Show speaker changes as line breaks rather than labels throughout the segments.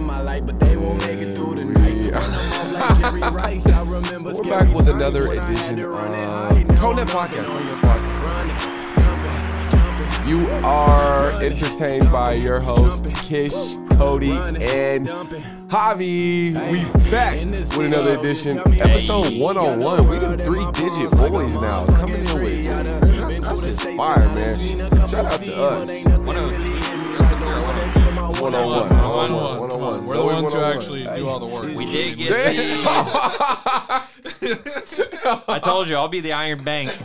light, but they won't make it through the night. Run 'em off like Jerry Rice. I remember
We're
scary
back with
times
another
when I had
edition
to run it
of
high. Now
Tone
I'm
That
knocking
Podcast.
on your
Tone That
side. Run it, jump it, jump it.
You are entertained by your hosts, Kish, Cody, and Javi. We back with another edition, episode 101. We them three digit boys now coming in with. That's just fire, man. Shout out to us. 101. 101. 101.
We're the
Zoe
ones who
101.
actually do all the work.
We did get
Damn.
the. I told you, I'll be the Iron Bank.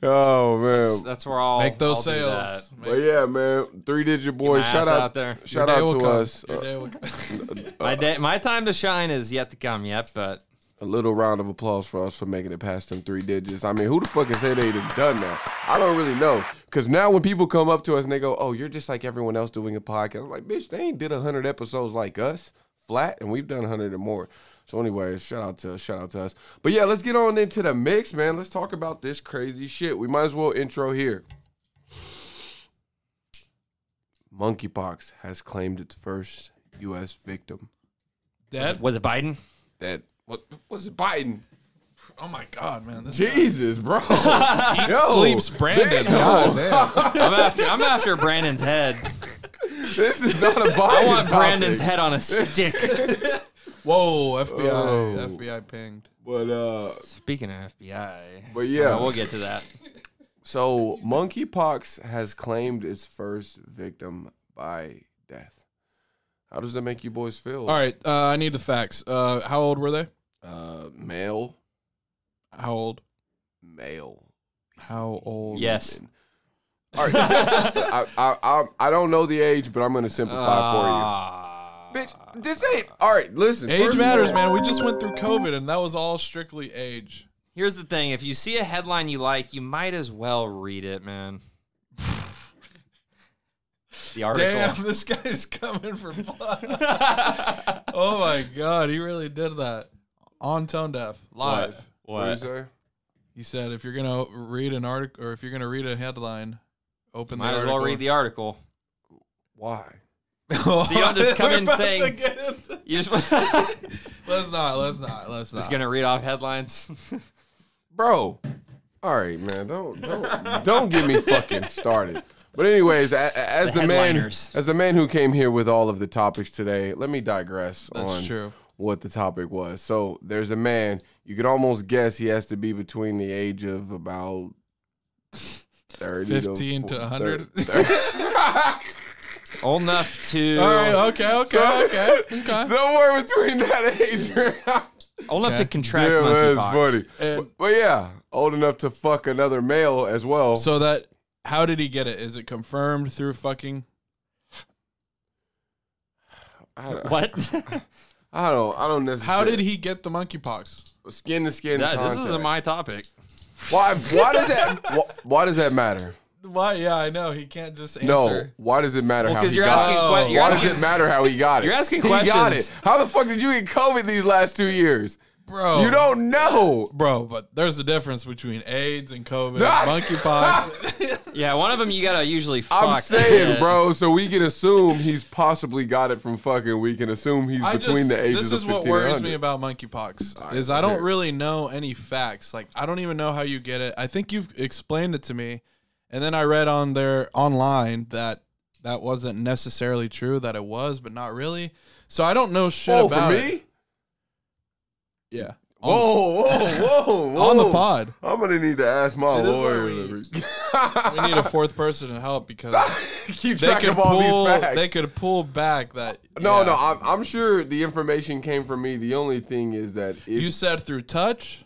Oh, man.
That's, that's where I'll
Make those
I'll do that.
sales. Make
But yeah, man, three digit boys.
my
Shout
ass
out,
out there.
Shout
your day
out
will
to
come.
us.
Your
A,
day will come.
My day, my time to shine is yet to come yet, but
a little round of applause for us for making it past them three digits. I mean, who the fuck is said they'd have done that? I don't really know. Cause now when people come up to us and they go, "Oh, you're just like everyone else doing a podcast," I'm like, "Bitch, they ain't did hundred episodes like us flat, and we've done hundred or more." So, anyways, shout out to shout out to us. But yeah, let's get on into the mix, man. Let's talk about this crazy shit. We might as well intro here. Monkeypox has claimed its first U.S. victim.
Dead?
was it Biden?
that what was it Biden?
Oh my god, man. This
Jesus, bro.
Yo, sleeps Brandon. God damn.
I'm after, I'm after Brandon's head.
this is not a Biden.
I want
topic.
Brandon's head on a stick.
Whoa, FBI.
Oh.
FBI pinged.
But uh
Speaking of FBI,
But yeah.
Uh, we'll get to that.
so monkeypox has claimed its first victim by death. How does that make you boys feel?
All right, uh, I need the facts. Uh, how old were they?
Uh male,
How old?
male.
How old?
Yes.
All right. I, I I I don't know the age, but I'm gonna simplify
Ah.
for you. Bitch, this ain't all right, listen.
Age
first of
matters,
all-
man. We just went through COVID, and that was all strictly age.
Here's the thing: if you see a headline you like, you might as well read it, man. the article.
Damn, this guy's coming for blood. oh my god, he really did that on tone deaf live.
What do you
What?
say?
He said, if you're gonna read an article or if you're gonna read a headline, open
Might
the
as
article.
well read the article.
Why?
See, I'll just come
We're
in
about
saying-
to get into-
You just
let's not, let's not, let's not.
just gonna read off headlines.
bro. All right, man. Don't don't don't get me fucking started. But anyways, a- a- as the,
The
man
headliners.
as the man who came here with all of the topics today, let me digress
That's
on
true.
what the topic was. So there's a man. You could almost guess he has to be between the age of about thirty, to
15 to
fo-
100.
thir- thir-
Old enough to
All right, okay, okay, okay, okay.
somewhere between that age.
old enough
Okay.
to contract
yeah,
monkeypox.
that's funny.
And-
but yeah, old enough to fuck another male as well.
So that, how did he get it? Is it confirmed through fucking?
I don't-
What?
I don't. I don't necessarily.
How did he get the monkeypox?
skin to skin?
That- this
contact.
isn't my topic.
Why? Why does that? why, why does that matter?
Why? Yeah, I know he can't just answer.
No. Why does it matter
Well,
how he
because you're
got
asking,
it?
Oh.
que- you're
why
asking
does it matter how he got it?
You're asking
He got
questions.
it. How the fuck did you get COVID these last two years?
bro.
You don't know.
bro. But there's a difference between AIDS and COVID,
Nah.
monkeypox.
Yeah, one of them you gotta usually fuck.
I'm saying,
Yeah.
bro. So we can assume he's possibly got it from fucking. We can assume he's
I
between
just,
the ages
this is
of
what
15
worries
and
me
100.
about monkeypox
right,
is
let's
I
hear
don't
it.
really know any facts. Like I don't even know how you get it. I think you've explained it to me, and then I read on there online that that wasn't necessarily true. That it was, but not really. So I don't know shit
Whoa, Oh, for
about
me?
it. Yeah.
Whoa, whoa, whoa, whoa!
On the pod.
I'm gonna need to ask my
See, this is where
lawyer.
we-
to-
Oh, We need a fourth person to help because
Keep
they
track
could
of all
pull.
these facts.
They could pull back that.
No,
yeah.
no, I'm, I'm sure the information came from me. The only thing is that if
you said through touch.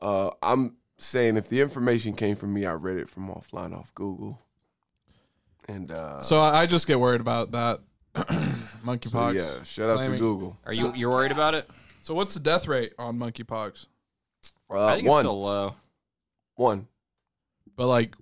uh, I'm saying if the information came from me, I read it from offline off Google. And uh,
So I, I just get worried about that monkeypox.
so yeah, shout out to
Blaming-
Google.
Are you you're worried about it?
So what's the death rate on monkeypox?
Uh,
I think
one,
it's still low,
one.
But like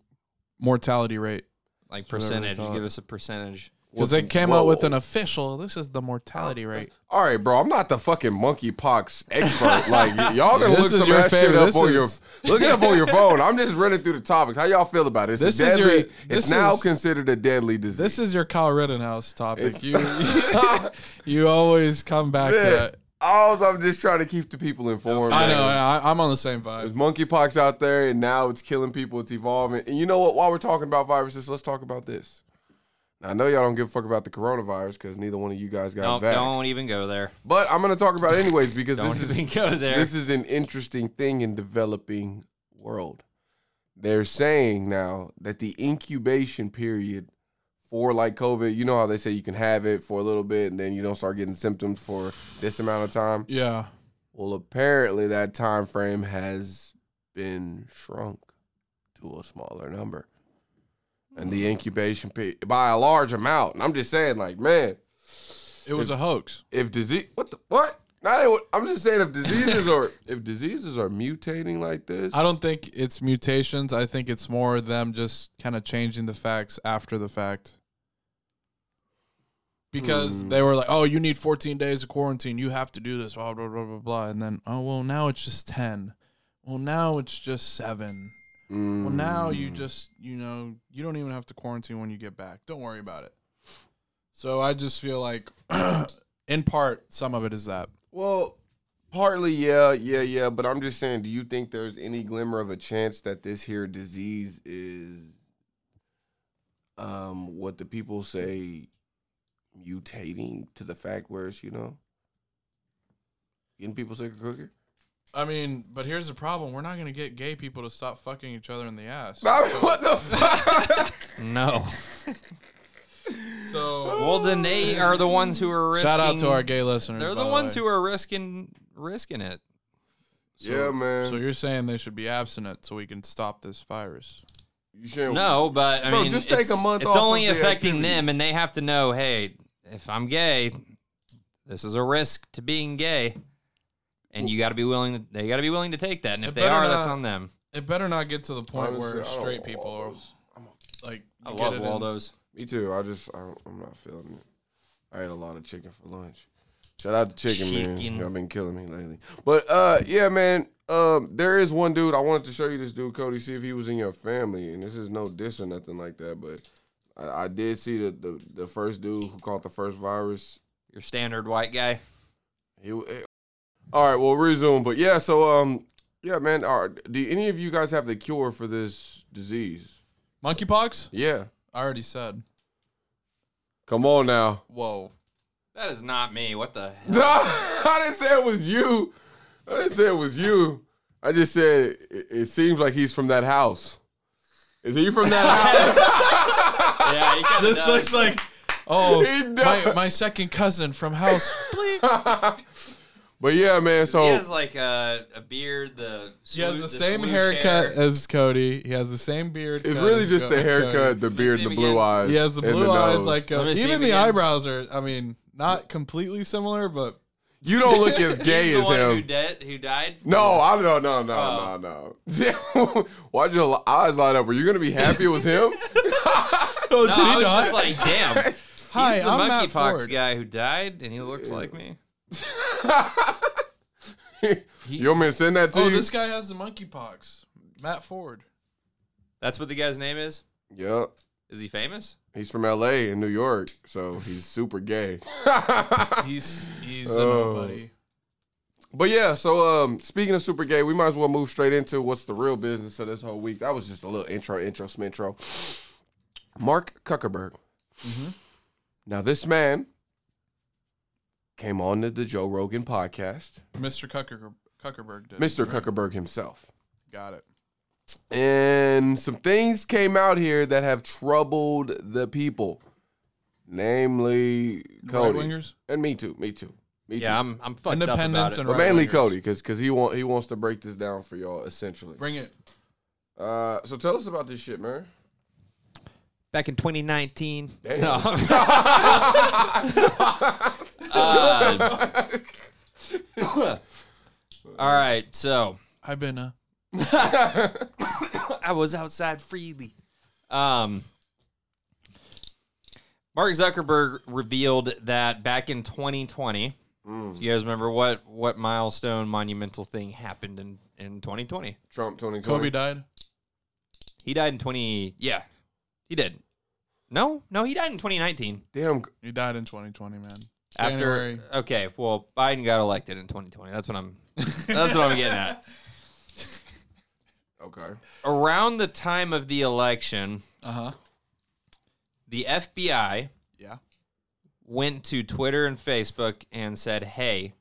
mortality rate.
like
Whatever they
percentage.
call it.
Give us a percentage.
Because they came out with an official. This is the mortality rate.
All right, bro. I'm not the fucking monkeypox expert. Like y- y'all gonna
This
look
is
some
your
of that shit
favorite-
up
this
on your
is-
look it up on your phone. I'm just running through the topics. How y'all feel about it? It's a
This is your-
deadly. it's
this
now
is-
considered a deadly disease.
This is your Kyle Rittenhouse topic.
It's-
You you always come back to
Yeah.
that.
Alls I'm just trying to keep the people informed.
I know.
man.
I, I'm on the same
There's
vibe.
monkeypox out there, and now it's killing people. It's evolving. And you know what? While we're talking about viruses, let's talk about this. Now, I know y'all don't give a fuck about the coronavirus because neither one of you guys got
Don't,
vaxxed.
don't even go there.
But I'm gonna talk about it anyways because
Don't
this is
even go there.
this is an interesting thing in developing world. They're saying now that the incubation period for like COVID, you know how they say you can have it for a little bit and then you don't start getting symptoms for this amount of time.
Yeah.
Well, apparently that time frame has been shrunk to a smaller number. And
Hmm.
the incubation pe- by a large amount. And I'm just saying, like, man,
It was a hoax.
if disease what the what not even- i'm just saying if diseases are if diseases are mutating like this
I don't think it's mutations. I think it's more them just kind of changing the facts after the fact. Because
Hmm.
they were like, "Oh, you need 14 days of quarantine. You have to do this." Blah blah blah blah blah. And then, oh well, now it's just 10. Well, now it's just seven. Well, now you
Mm.
just you know you don't even have to quarantine when you get back. Don't worry about it. So I just feel like, in part, some of it is that.
well partly yeah yeah yeah but i'm just saying do you think there's any glimmer of a chance that this here disease is um what the people say mutating to the fact where it's you know getting people sick of cooking
I mean, but here's the problem: we're not gonna get gay people to stop fucking each other in the ass.
I mean, what the fuck
no.
So
Well, then they are the ones who are risking.
shout out to our gay listeners.
They're the ones who are risking risking it.
yeah man
So you're saying they should be abstinent so we can stop this virus?
you shouldn't
No, but I
Bro,
mean,
just take a
it's-
month
It's
off
only
of the
affecting them,
activities.
and they have to know, hey, if I'm gay, this is a risk to being gay, and you got to be willing. To, they got to be willing to take that, and if
It
they
better
are, that's
not-
on them.
It better not get to the point
Honestly, I
where
don't
straight
want
people are like.
I
you
love
get it in-
Waldo's.
Me too. I just I, don't- I'm not feeling it. I ate a lot of chicken for lunch. Shout out to chicken, man.
Chicken.
Y'all been killing me lately. But uh, yeah, man. Um, there is one dude I wanted to show you. This dude, Cody, see if he was in your family. And this is no diss or nothing like that. But I, I did see the, the the first dude who caught the first virus.
Your standard white guy.
He, w- eh. all right, we'll resume. But yeah, so um, yeah, man. Are, do any of you guys have the cure for this disease?
monkeypox.
Yeah.
I already said.
Come on now.
Whoa.
That is not me. What the hell?
No, I didn't say it was you. I didn't say it was you. I just said it, it seems like he's from that house. Is he from that house?
yeah, you kinda
This
does.
looks like. Oh,
He does.
my, my second cousin from house.
but yeah, man. So
He has like a, a beard. The
He has
swoo-
the same
swoosh
haircut
hair.
as Cody. He has the same beard.
it's
cut
really
as
just
Co-
the haircut,
Cody.
the
me
beard,
see
the
him
blue
again.
eyes.
He has the
and
blue eyes,
nose.
like
Let
uh,
me see him
even the
again.
eyebrows are. I mean, not completely similar, but
you don't look as gay
He's the
as
one Who, Oh.
him.
dead, who died?
No, I no no no no no. Why'd your eyes light up? Were you gonna be happy it was him?
oh,
No, I was just like, damn.
Hi,
He's the
I'm Matt
monkeypox
Ford.
guy who died, and he looks like me.
you want me to send that to
Oh,
you?
this guy has the monkeypox. Matt Ford.
That's what the guy's name is.
Yup.
Is he famous?
He's from LA and New York, so he's super gay.
He's he's
Oh.
a nobody.
but yeah, so um speaking of super gay, we might as well move straight into what's the real business of this whole week. That was just a little intro, intro, smentro. Mark Zuckerberg. Now this man came on to the Joe Rogan podcast,
Mr. Cucker, Cuckerberg did. it,
Mr.
right?
Zuckerberg himself.
Got it.
And some things came out here that have troubled the people. Namely
Right
Cody.
wingers.
And me too. Me too. Me too.
Yeah, I'm. I'm fucked up about
Independence
it.
and
But mainly
right-wingers.
Cody, because he want he wants to break this down for y'all essentially.
Bring it.
Uh, so tell us about this shit, man.
Back in 2019.
Damn.
No. Uh, all right, so
I've been uh, a.
I was outside freely. Um, Mark Zuckerberg revealed that back in 2020.
Mm.
Do you guys remember what what milestone monumental thing happened in in 2020?
Trump 2020.
Kobe died.
He died in 20. Yeah, he did. No, no, he died in 2019.
Damn.
He died in 2020, man.
After
January.
okay, well, Biden got elected in 2020. That's what I'm. That's what I'm getting at.
Okay.
Around the time of the election,
Uh huh.
the FBI
Yeah.
went to Twitter and Facebook and said, "Hey,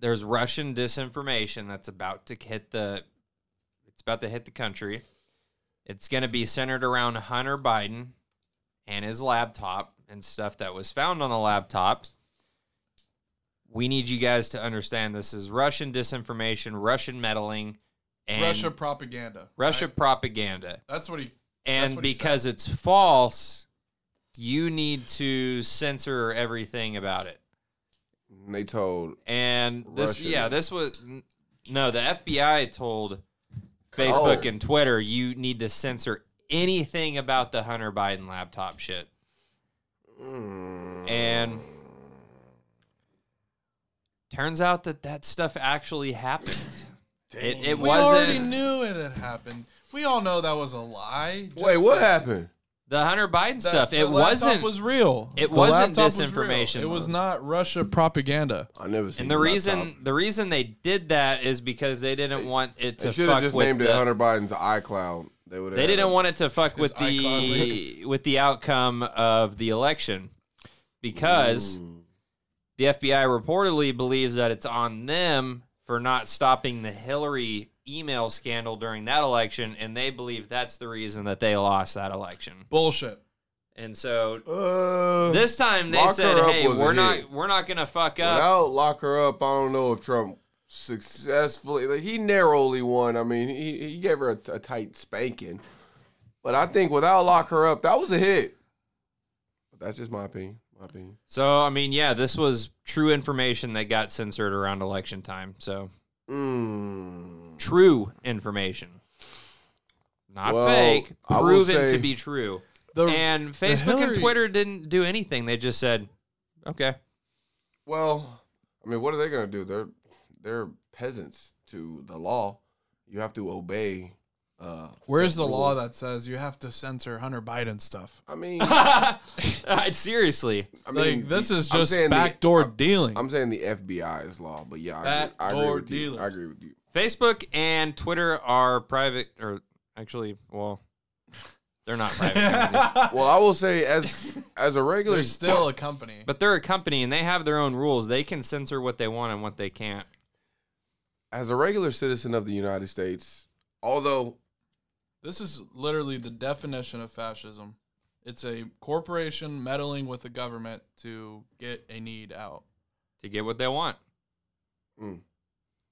there's Russian disinformation that's about to hit the it's about to hit the country. It's going to be centered around Hunter Biden and his laptop and stuff that was found on the laptop. We need you guys to understand this is Russian disinformation, Russian meddling, and
Russia
Russia,
propaganda.
Russia
right?
propaganda."
That's what he. That's
and
what he
because it's false, you need to censor everything about it.
And they told
And this,
Russia.
yeah, this was n- no. The FBI told Facebook
Oh.
and Twitter you need to censor anything about the Hunter Biden laptop shit. And turns out that that stuff actually happened. It, it
We already
wasn't
knew it had happened. We all know that was a lie. Just
Wait, what
that-
happened?
the Hunter Biden
that
stuff.
the
It
laptop
wasn't.
Was real.
it
The
wasn't
laptop was real.
disinformation.
it was not Russia propaganda.
I never seen.
And the
laptop.
reason the reason they did that is because they didn't want it
they
to
should have
fuck
just
with
named it
the-
Hunter Biden's iCloud. They would.
they didn't want it to fuck with
iCloud
the with the outcome of the election because
Mm.
the FBI reportedly believes that it's on them for not stopping the Hillary email scandal during that election and they believe that's the reason that they lost that election.
Bullshit.
And so
Uh,
this time they
Lock
said,
her up
"Hey,
was a
we're not
hit.
we're not going to fuck up."
without lock her up. I don't know if Trump successfully. Like, he narrowly won. I mean, he he gave her a, a tight spanking, but I think without lock her up, that was a hit. But that's just my opinion. My opinion.
So I mean, yeah, this was true information that got censored around election time. So
Mm.
true information, not
Well,
fake,
I will
proven
say-
to be true.
The,
And Facebook
Hillary-
and Twitter didn't do anything. They just said, "Okay,
Well, I mean, what are they gonna do? They're they're peasants to the law. You have to obey. Uh,
where's the
some
law
rule.
that says you have to censor Hunter Biden stuff?
I mean,
I- seriously,
I mean,
like this is
I'm
just
saying the-
backdoor dealing.
I'm saying the FBI's law, but yeah, I agree, I agree
Backdoor
with you.
dealer.
I agree with you.
Facebook and Twitter are private, or actually, well, they're not private, companies,
Well, I will say as as a regular,
They're still a company.
but they're a company and they have their own rules. They can censor what they want and what they can't."
as a regular citizen of the United States, although
This is literally the definition of fascism. It's a corporation meddling with the government to get a need out.
To get what they want.
mm,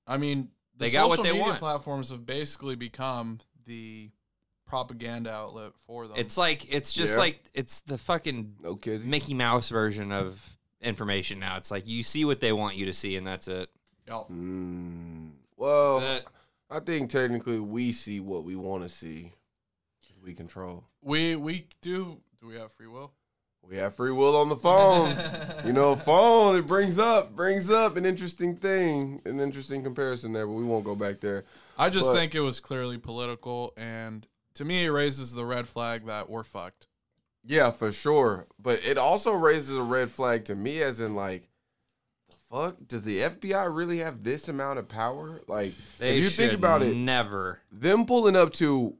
I mean, the
They got what
social
they
media
want.
platforms have basically become the propaganda outlet for them.
It's like it's just
Yeah.
like it's the fucking
no kids,
Mickey Mouse version of information now. It's like you see what they want you to see, and that's it.
Yup.
mm,
That's
well,
it.
I think technically we see what we want to see. We control.
we we do do we have free will?
We have free will on the phones. Oh, you know, phone it brings up brings up an interesting thing, an interesting comparison there, but we won't go back there.
I just
But-
think it was clearly political, and to me, it raises the red flag that we're fucked.
Yeah, for sure. But it also raises a red flag to me, as in like, the fuck does the FBI really have this amount of power? Like,
They
if you think
should
about it,
never.
them pulling up to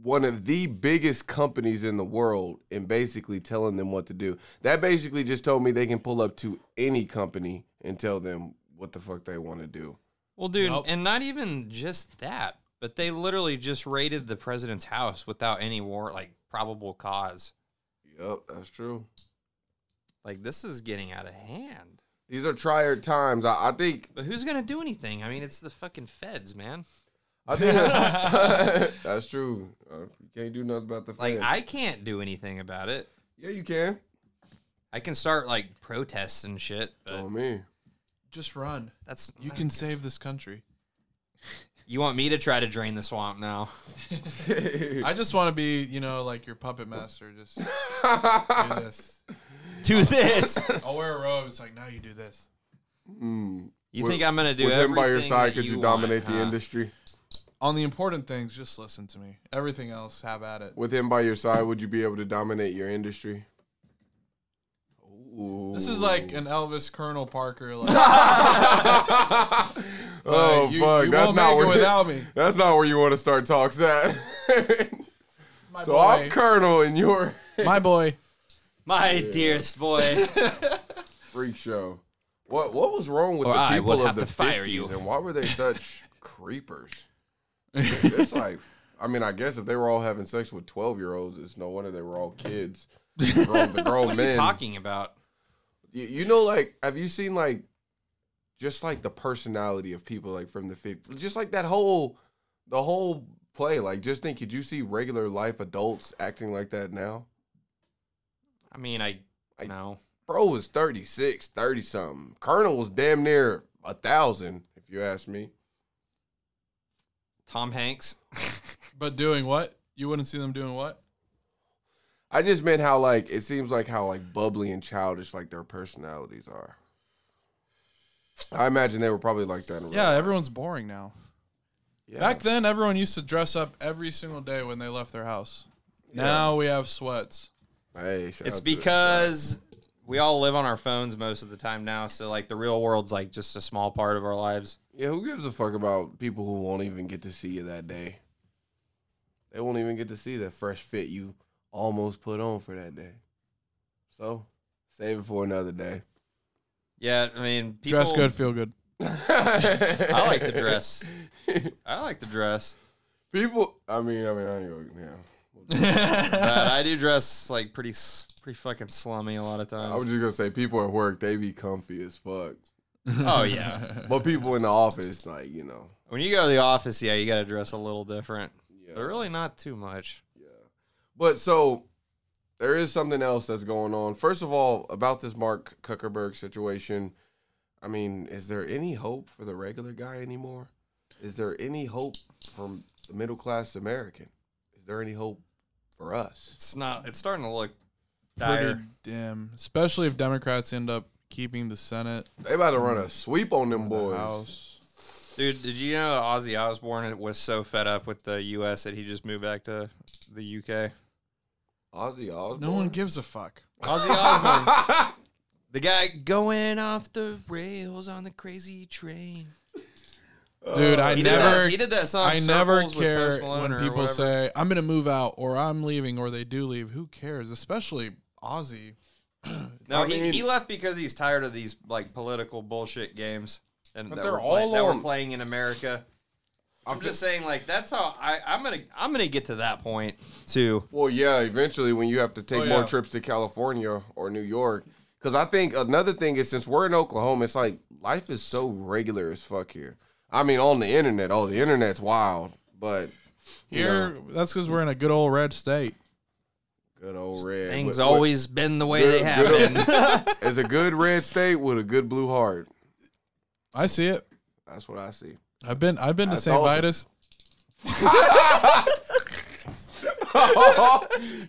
one of the biggest companies in the world and basically telling them what to do. That basically just told me they can pull up to any company and tell them what the fuck they want to do.
Well, dude,
Nope.
and not even just that, but they literally just raided the president's house without any war, like probable cause.
Yep, that's true.
Like this is getting out of hand.
These are trier times. I, I think.
But who's gonna do anything? I mean, it's the fucking feds, man.
I think that's true. Uh, you can't do nothing about the
Like
fans.
I can't do anything about it.
yeah, you can.
I can start like protests and shit, but
Oh me.
Just run.
that's
You can save this country.
You want me to try to drain the swamp now?
I just want to be, you know, like your puppet master. Just do this.
Do this.
I'll wear a robe. It's like now you do this.
You
With-
think I'm gonna do
With him by your
everything
side,
that
could you,
want,
dominate the
huh?
industry?
On the important things, just listen to me. Everything else, have at it.
With him by your side, would you be able to dominate your industry? Ooh.
This is like an Elvis Colonel Parker. Like,
oh
you-
fuck,
you
that's
won't
not
make it
where
without me.
That's not where you want to start talks at.
my
so
boy,
I'm Colonel and you're
my boy.
My dearest boy.
freak show. What what was wrong with
Or
the
I
people
will
of
have
the
to fire you.
fifties and why were they such creepers? It's like I mean, I guess if they were all having sex with twelve year olds, it's no wonder they were all kids. The grown, the grown
What are you
men.
talking about?
You, you know, like have you seen like just like the personality of people like from the fifties? Just like that whole the whole play. Like just think, could you see regular life adults acting like that now?
I mean, I,
I-
no.
Bro was 36, 30 something. Colonel was damn near a thousand, if you ask me.
Tom Hanks.
But doing what? You wouldn't see them doing what?
I just meant how like it seems like how like bubbly and childish like their personalities are. I imagine they were probably like that. in real
Yeah,
life.
everyone's boring now.
yeah.
Back then, everyone used to dress up every single day when they left their house. Now we have sweats.
Hey, shout
it's
out to the-
because we all live on our phones most of the time now, so like the real world's like just a small part of our lives.
yeah, who gives a fuck about people who won't even get to see you that day? They won't even get to see the fresh fit you almost put on for that day. So save it for another day.
Yeah, I mean, people,
Dress good, feel good.
I like the dress. I like the dress,
People, I mean, I mean, I ain't gonna, yeah.
but I do dress like pretty, s- pretty fucking slummy a lot of
I was
times.
just gonna say, people at work they be comfy as fuck,
Oh yeah,
but people in the office, like you know,
when you go to the office, yeah, you gotta dress a little different,
yeah.
but really not too much.
But so there is something else that's going on. First of all, about this Mark Zuckerberg situation, I mean, is there any hope for the regular guy anymore? Is there any hope for the middle class American? Is there any hope for us?
It's not. It's starting to look
Pretty
dire.
dim, especially if Democrats end up keeping the Senate,
They about to run a sweep on them
the
boys.
House.
Dude, did you know Ozzy Osbourne was so fed up with the U.S. that he just moved back to the UK?
Ozzy Osbourne.
No one gives a fuck.
Ozzy Osbourne. the guy going off the rails on the crazy train.
Dude, I
Uh, He did,
never,
that, he did that song.
I never
Circles with Post
care
Malone
when
or
people
whatever.
say I'm gonna move out or I'm leaving or they do leave. Who cares? Especially Ozzy.
No,
I
he,
mean-
he left because he's tired of these like political bullshit games, and
But
that
they're
were play-
all
that
on-
were playing in America. I'm
Okay.
just saying, like that's how I, I'm gonna I'm gonna get to that point too.
Well, yeah, eventually when you have to take
Oh,
more
yeah.
trips to California or New York. Because I think another thing is since we're in Oklahoma, it's like life is so regular as fuck here. I mean, on the internet, oh, the internet's wild, but you
Here,
know,
that's because we're in a good old red state.
good old red.
Things
with-
always been the way
good-
they have
good-
been.
with- It's a good red state with a good blue heart.
I see it.
That's what I see.
I've been, I've been to
That's
St.
awesome.
Vitus.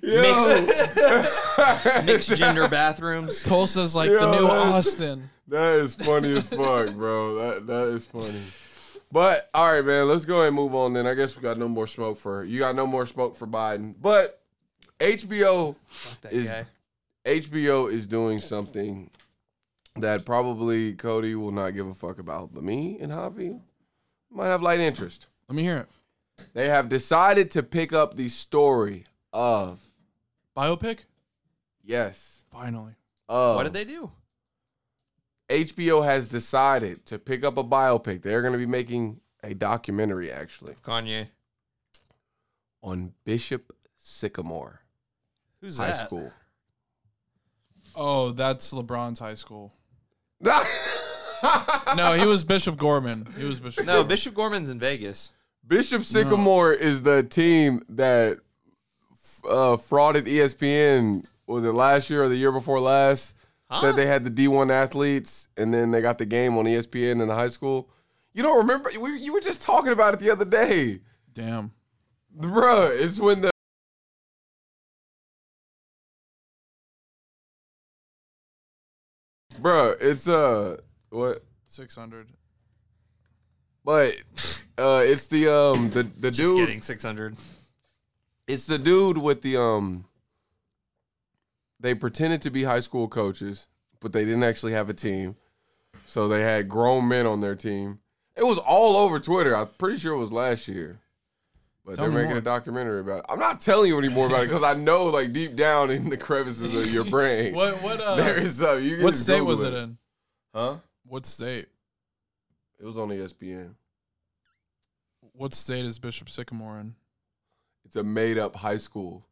mixed, mixed gender bathrooms.
Tulsa's like
Yo,
the new
that-
Austin.
That is funny as fuck, bro. That that is funny. But all right, man, let's go ahead and move on. Then I guess we got no more smoke for you. Got no more smoke for Biden, but HBO
That
Is-
guy.
HBO is doing something that probably Cody will not give a fuck about, but me and Javi might have light interest.
Let me hear it.
They have decided to pick up the story of
Biopic?
yes
Finally.
of
What did they do?
HBO has decided to pick up a biopic. They're going to be making a documentary actually.
Kanye.
on Bishop Sycamore
Who's
High
that?
School.
Oh, that's LeBron's high school. No, he was Bishop Gorman. He was Bishop.
No,
Gorman.
Bishop Gorman's in Vegas.
Bishop Sycamore is the team that uh, frauded ESPN. Was it last year or the year before last?
Huh?
E Said they had the D1 athletes, and then they got the game on ESPN in the high school. You don't remember? We, you were just talking about it the other day,
Damn.
bruh. It's when the bruh. It's uh what?
600.
But uh, it's the um the the
Just
dude.
kidding. Six hundred.
It's the dude with the um. They pretended to be high school coaches, but they didn't actually have a team, so they had grown men on their team. It was all over Twitter. I'm pretty sure it was last year, but
Tell
they're
me
making
more.
a documentary about it. I'm not telling you anymore about it because I know, like deep down in the crevices of your brain,
What what
there
uh
is something. You can
what
just
state
Google
was it in?
Huh?
What state?
It was on E ESPN.
What state is Bishop Sycamore in?
It's a made up high school.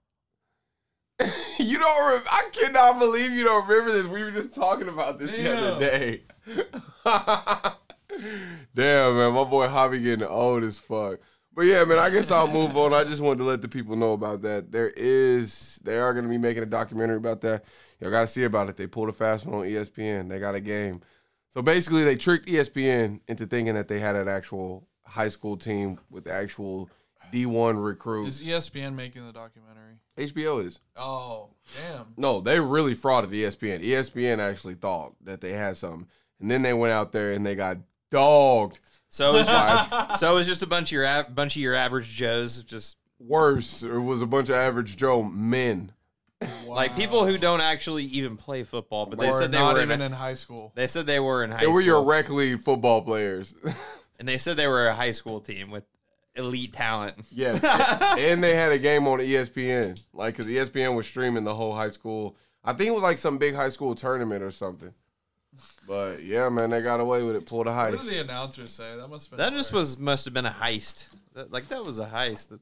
you don't. Re- I cannot believe you don't remember this. We were just talking about this the other day. Damn, man, my boy Hobby getting old as fuck. But yeah, man, I guess I'll move on. I just wanted to let the people know about that. There is, they are going to be making a documentary about that. Y'all got to see about it. They pulled a fast one on E ESPN. They got a game. So basically, they tricked E ESPN into thinking that they had an actual high school team with actual D1 recruits.
Is E ESPN making the documentary?
HBO is.
Oh, damn.
No, they really frauded E ESPN. ESPN actually thought that they had something. And then they went out there and they got dogged
So it's just, so it's just a bunch of your av- bunch of your average Joes. Just
worse. It was a bunch of average Joe men.
like people who don't actually even play football, but they
Or
said they
not
were in.
even
a-
in high school.
they said they were in high
They were
school,
your rec league football players.
and they said they were a high school team with elite talent.
yes. and they had a game on E ESPN. Like, E because ESPN was streaming the whole high school. I think it was like some big high school tournament or something. But yeah, man, they got away with it. Pulled a
What did
heist.
the announcers say? That must have been
That just was must have been a heist. That, like that was a heist. That,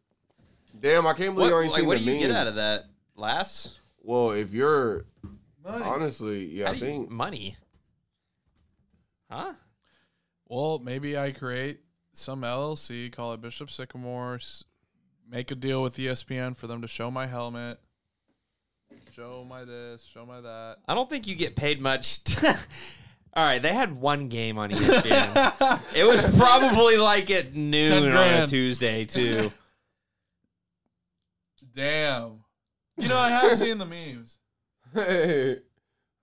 Damn, I can't believe
what
I already
like,
seen
what
the
do you get
memes.
out of that? Laughs.
Well, if you're
Money.
honestly, yeah,
How
I
do you-
think
money. Huh?
Well, maybe I create some LLC, call it Bishop Sycamore, s- make a deal with E ESPN for them to show my helmet, show my this, show my that.
I don't think you get paid much. All right, they had one game on E ESPN. it was probably like at
Ten
noon on a
grand.
Tuesday too.
Damn. You know, I have seen the memes.
Hey.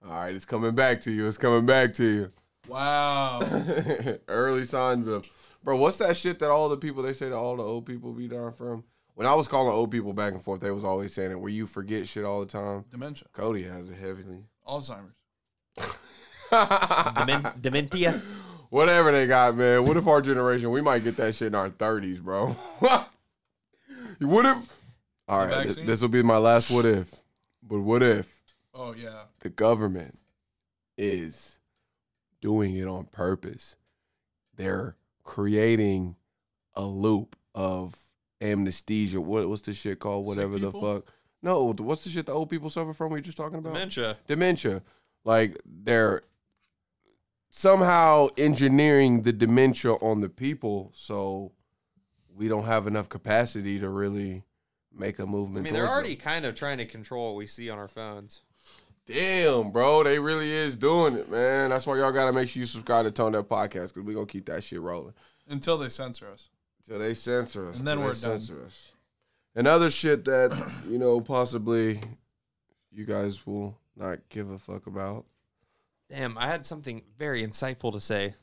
All right, it's coming back to you. It's coming back to
Wow.
you. Early signs of, bro. What's that shit that all the people they say that all the old people be down from? When I was calling old people back and forth, they was always saying it. Where you forget shit all the time.
Dementia.
Cody has it heavily.
Alzheimer's.
Demen- Dementia.
Whatever they got, man. What if our generation? We might get that shit in our thirties, bro. what if? All right,
vaccine?
this will be my last what if. But what if?
Oh, yeah.
the government is doing it on purpose. They're creating a loop of amnesty. What, what's this shit called? Whatever the
people?
fuck. No, what's the shit the old people suffer from? We were just talking about
Dementia.
dementia. Like they're somehow engineering the dementia on the people, so we don't have enough capacity to really make a
I
movement.
mean, they're
towards it.
already kind of trying to control what we see on our phones.
Damn, bro, they really is doing it, man. That's why y'all gotta make sure you subscribe to Tone That Podcast because we gonna keep that shit rolling
Until they censor us.
till they censor us.
And then
till they
we're done.
censor us. And other shit that you know possibly you guys will not give a fuck about.
Damn, I had something very insightful to say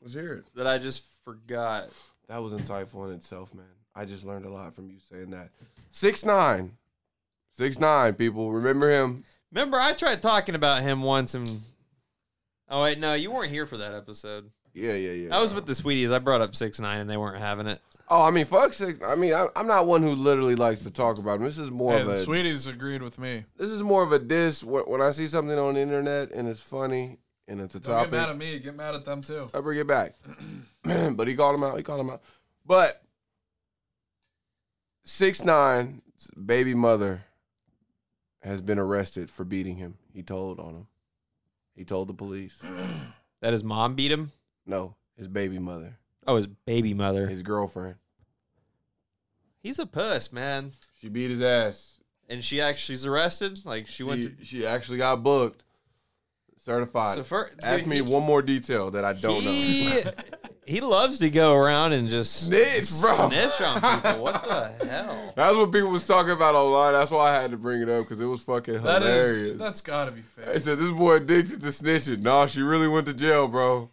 Let's hear it.
that I just forgot.
That was insightful in itself, man. I just learned a lot from you saying that. Six nine, six nine. People remember him.
Remember, I tried talking about him once, and oh wait, no, you weren't here for that episode.
Yeah, yeah, yeah.
I was with the Sweeties. I brought up six nine, and they weren't having it.
Oh, I mean, fuck six. I mean, I, I'm not one who literally likes to talk about him. This is more
Hey,
of a
the sweeties agreed with me.
this is more of a diss Wh- when I see something on the internet and it's funny and it's a
Don't
topic.
get mad at me. Get mad at them, too.
I bring it back. but he called him out. He called him out. But six nine baby mother has been arrested for beating him. He told on him. He told the police.
That his mom beat him.
No, his baby mother,
Oh, his baby mother.
his girlfriend.
He's a puss, man.
She beat his ass.
And she actually she's arrested. Like she,
She
went. To,
she actually got booked, certified.
So fir-
Ask me one more detail that I don't know.
he He loves to go around and just
Snitch, bro.
snitch on people. What the hell?
That's what people was talking about online. That's why I had to bring it up because it was fucking
That is-
hilarious.
that's gotta be
They
fair.
said this boy addicted to snitching. Nah, she really went to jail, bro.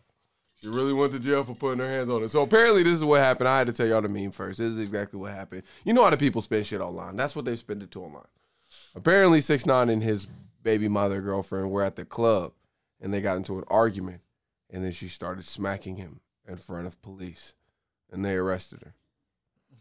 She really went to jail for putting her hands on it. So apparently, this is what happened. I had to tell y'all the meme first. This is exactly what happened. You know how the people spend shit online. That's what they spend it to online. Apparently, six nine and his baby mother girlfriend were at the club, and they got into an argument, and then she started smacking him in front of police, and they arrested her.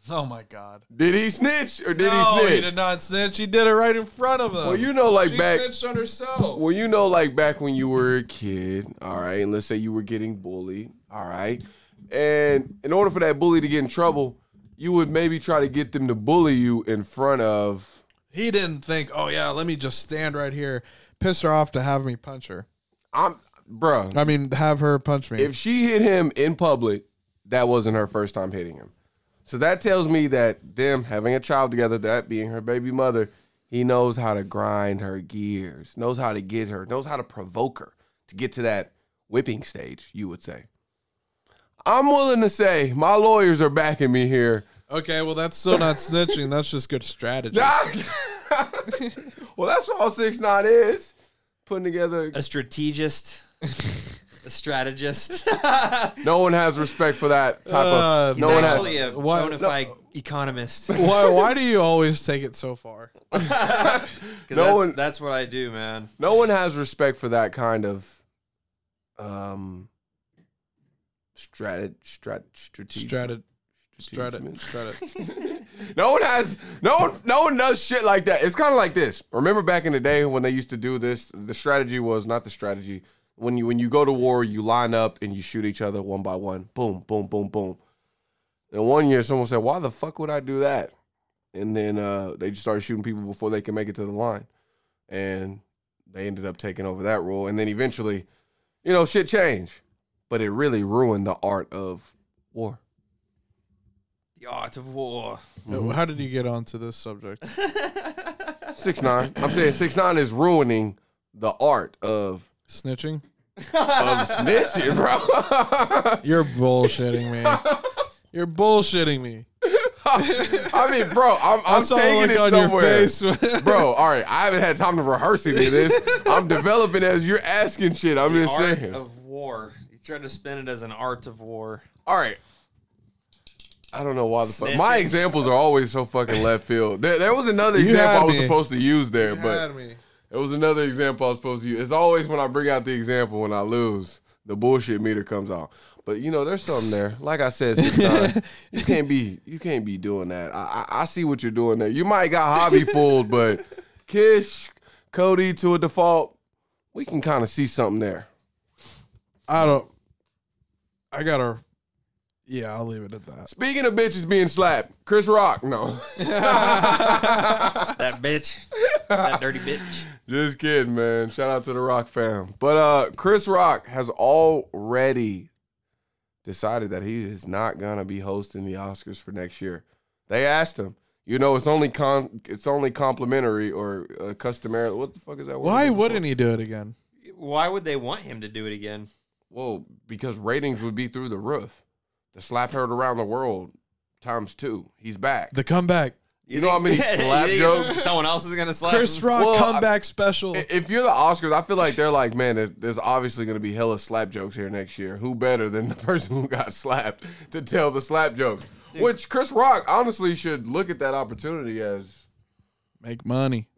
Oh my god.
Did he snitch or did
no,
he snitch?
did not snitch. He did it right in front of him.
Well, you know, like
Um, she
back
snitched on herself.
Well, you know, like back when you were a kid, all right, and let's say you were getting bullied, all right, and in order for that bully to get in trouble, you would maybe try to get them to bully you in front of.
he didn't think, oh yeah, let me just stand right here, piss her off to have me punch her.
I'm, bruh.
I mean, have her punch me.
If she hit him in public, that wasn't her first time hitting him. So that tells me that them having a child together, that being her baby mother, he knows how to grind her gears, knows how to get her, knows how to provoke her to get to that whipping stage, you would say. I'm willing to say my lawyers are backing me here.
okay, well that's still not snitching. That's just good strategy.
well, that's all six nine is putting together.
A strategist, a strategist.
No one has respect for that type
Uh,
of.
He's
No
He's
one
actually
has.
a
Why-
bona fide economist.
why? Why do you always take it so far?
'Cause
No
that's,
one-
that's what I do, man.
no one has respect for that kind of um strat strat strategic
Strat Strat
strategement.
Strat
no one has no one no one does shit like that it's kind of like this remember back in the day when they used to do this the strategy was not the strategy when you when you go to war you line up and you shoot each other one by one boom boom boom boom and one year someone said why the fuck would i do that and then uh, they just started shooting people before they could make it to the line and they ended up taking over that role and then eventually you know shit changed but it really ruined the art of war
The art of war.
Mm-hmm.
How did you get onto this subject?
Six nine. I'm saying six nine is ruining the art of
Snitching?
of snitching, bro.
You're bullshitting me. You're bullshitting me.
I mean, bro, I'm,
I
I'm
saw
taking
the
it
look on your
somewhere.
face.
bro, all right, I haven't had time to rehearse any of this. I'm developing as you're asking shit. I'm
The
just
art
saying.
of war. You tried to spin it as an art of war.
all right. I don't know why the fuck.
Snitching.
My examples are always so fucking left field. There, there was another
You
example
had
I was
me.
supposed to use there,
You
but
had me.
It was another example I was supposed to use. It's always when I bring out the example when I lose, the bullshit meter comes out. But you know, there's something there. Like I said, six nine, you can't be you can't be doing that. I, I I see what you're doing there. You might got hobby fooled, but Kish, Cody to a default, we can kind of see something there.
I don't. I gotta. Yeah, I'll leave it at that.
Speaking of bitches being slapped, Chris Rock, no.
That bitch. that dirty bitch.
Just kidding, man. Shout out to the Rock fam. But uh Chris Rock has already decided that he is not gonna be hosting the Oscars for next year. They asked him. You know, it's only con- it's only complimentary or uh, customary. What the fuck is that? word
Why
I'm looking
wouldn't he do it again?
Why would they want him to do it again?
for? Well, because ratings would be through the roof. The slap heard around the world times two. He's back.
The comeback.
you know how many slap
You think
jokes
Someone else is gonna slap.
Chris
him?
Rock
Well, I-
comeback special.
I- If you're the Oscars, I feel like they're like, man, there's, there's obviously going to be hella slap jokes here next year. Who better than the person who got slapped to tell the slap jokes? Which Chris Rock honestly should look at that opportunity as
Make money.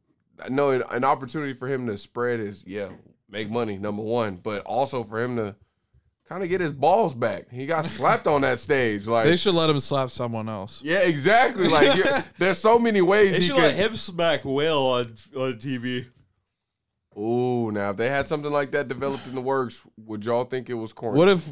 no an, an opportunity for him to spread his yeah make money number one, but also for him to kind of get his balls back. He got slapped on that stage, like
They should let him slap someone else.
yeah, exactly. Like you- there's so many ways
They
he
should
could.
let him smack Will on on TV.
Ooh, now if they had something like that developed in the works, would y'all think it was corny?
What if?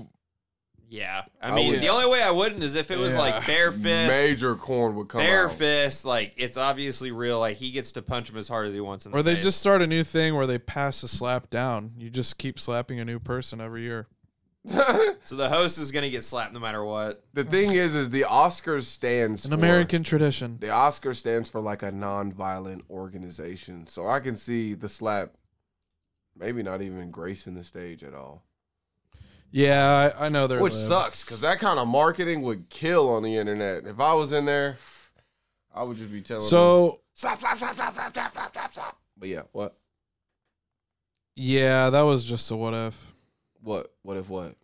Yeah, I
I
mean,
would-
the only way I wouldn't is if it was
Yeah.
like bare fist,
major corn would come
bare
out.
fist. Like it's obviously real. Like he gets to punch him as hard as he wants. In
Or
the
they
face.
just start a new thing where they pass a slap down. You just keep slapping a new person every year.
so the host is gonna get slapped no matter what.
The thing is, is the Oscars stands
An
for-
American tradition.
The Oscar stands for like a nonviolent organization, so I can see the slap, maybe not even gracing the stage at all.
Yeah, I, I know they're
which
lib.
sucks because that kind of marketing would kill on the internet. If I was in there, I would just be telling. them,
So
stop, stop, stop, stop, stop, stop, stop, stop, stop. But yeah, what,
yeah, that was just a what if.
what, what if what?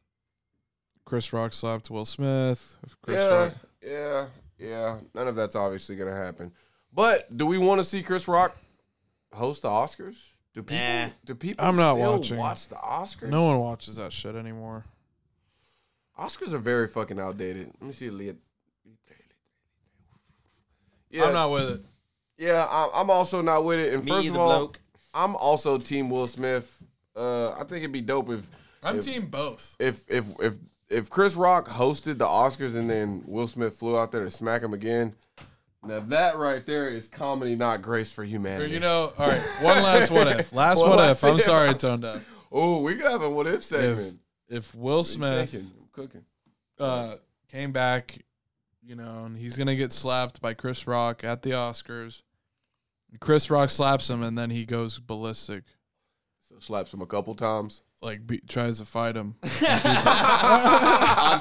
Chris Rock slapped Will Smith. If Chris
yeah,
Rock.
yeah, yeah. None of that's obviously gonna happen. But do we want to see Chris Rock host the Oscars? Do people?
Nah.
Do people?
I'm not
still
watching.
Watch the Oscars.
No one watches that shit anymore.
Oscars are very fucking outdated. Let me see. Leah. Yeah,
I'm not with it.
yeah. I- I'm also not with it. And
Me,
first
the
of all,
bloke.
I'm also Team Will Smith. Uh, I think it'd be dope if
I'm
If-
team both.
if if if if Chris Rock hosted the Oscars and then Will Smith flew out there to smack him again. Now that right there is comedy, not grace for humanity.
You know, all right. One last what if. Last
One
what
last
if. I'm
if.
sorry, Tone Deaf.
oh, we could have a what if
If
segment.
if Will
I'm
Smith
cooking.
uh, came back, you know, and he's gonna get slapped by Chris Rock at the Oscars. Chris Rock slaps him, and then he goes ballistic,
So slaps him a couple times.
like be- tries to fight him.
on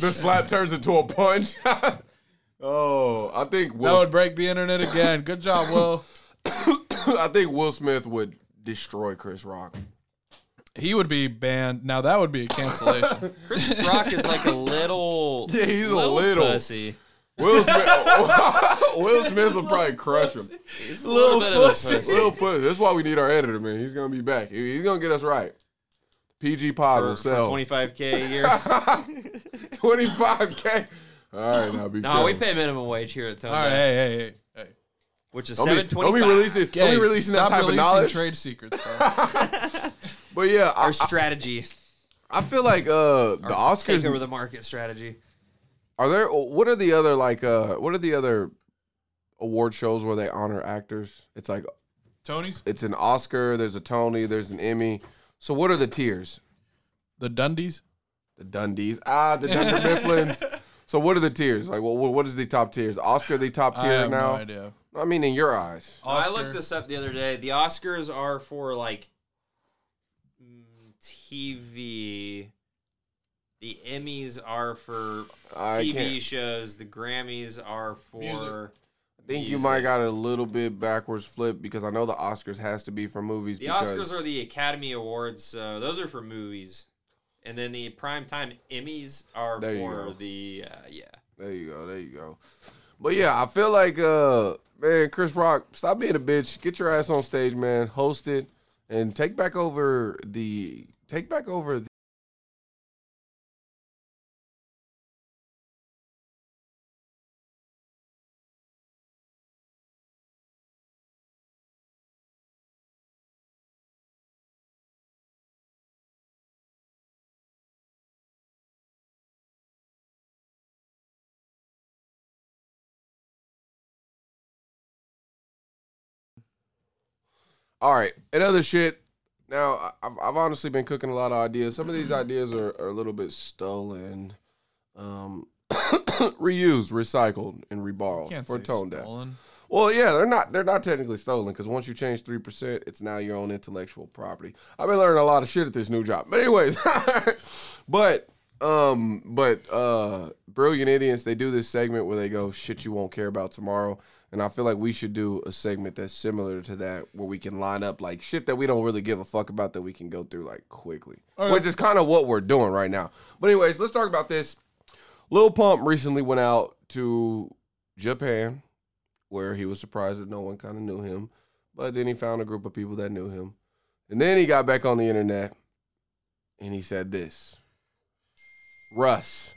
The slap turns into a punch. oh, I think
that
Will.
would break the internet again. Good job, Will.
I think Will Smith would destroy Chris Rock.
He would be banned. Now that would be a cancellation.
Chris Rock is like a little.
Yeah, he's a little.
pussy.
Will Smith. Will Smith will probably crush him.
He's a little,
Little
bit of a
pussy.
pussy.
Lil Pussy. That's why we need our editor, man. He's gonna be back. He- He's gonna get us right. PG Pod
For,
will
for
sell
25k a year.
twenty five k. All right, now be
No, we
careful.
pay minimum wage here at Tone,
All right, hey, hey, hey, hey.
which is
Don't be,
725.
don't be releasing, don't be
Hey,
releasing that
stop
type
releasing
of knowledge.
Trade secrets, bro.
but yeah, I,
Our strategy,
I feel like uh, the
take over
Oscars
the market strategy.
are there. What are the other like? Uh, what are the other award shows where they honor actors? It's like
Tony's
it's an Oscar. There's a Tony. There's an Emmy. So what are the tiers?
the Dundies.
The Dundies. Ah, the Dunder Mifflins. So what are the tiers? Like, what what is the top tiers? Oscar the top
I
tier
have
now.
no idea.
I mean, in your eyes.
I
Oscar.
looked this up the other day. The Oscars are for like mm, TV. The Emmys are for
I
TV
can't-
shows. The Grammys are for
Music.
I think you might got a little bit backwards flip because I know the Oscars has to be for movies.
the
because
Oscars are the Academy Awards, so those are for movies. And then the primetime Emmys are
There you go.
for the uh, yeah.
There you go. There you go. But yeah, I feel like uh man, Chris Rock, stop being a bitch. Get your ass on stage, man. Host it and take back over the take back over the All right, and other shit. Now, I- I've, I've honestly been cooking a lot of ideas. Some of these ideas are, are a little bit stolen, um, reused, recycled, and reborrowed
Can't
for
say
tone down.
stolen.
Well, yeah, they're not they're not technically stolen because once you change three percent, it's now your own intellectual property. I've been learning a lot of shit at this new job. But anyways, but um, but uh, brilliant idiots they do this segment where they go shit you won't care about tomorrow, and I feel like we should do a segment that's similar to that where we can line up like shit that we don't really give a fuck about that we can go through like quickly, which is kind of what we're doing right now. But anyways, let's talk about this. Lil Pump recently went out to Japan where he was surprised that no one kind of knew him. But then he found a group of people that knew him. And then he got back on the internet and he said this Russ,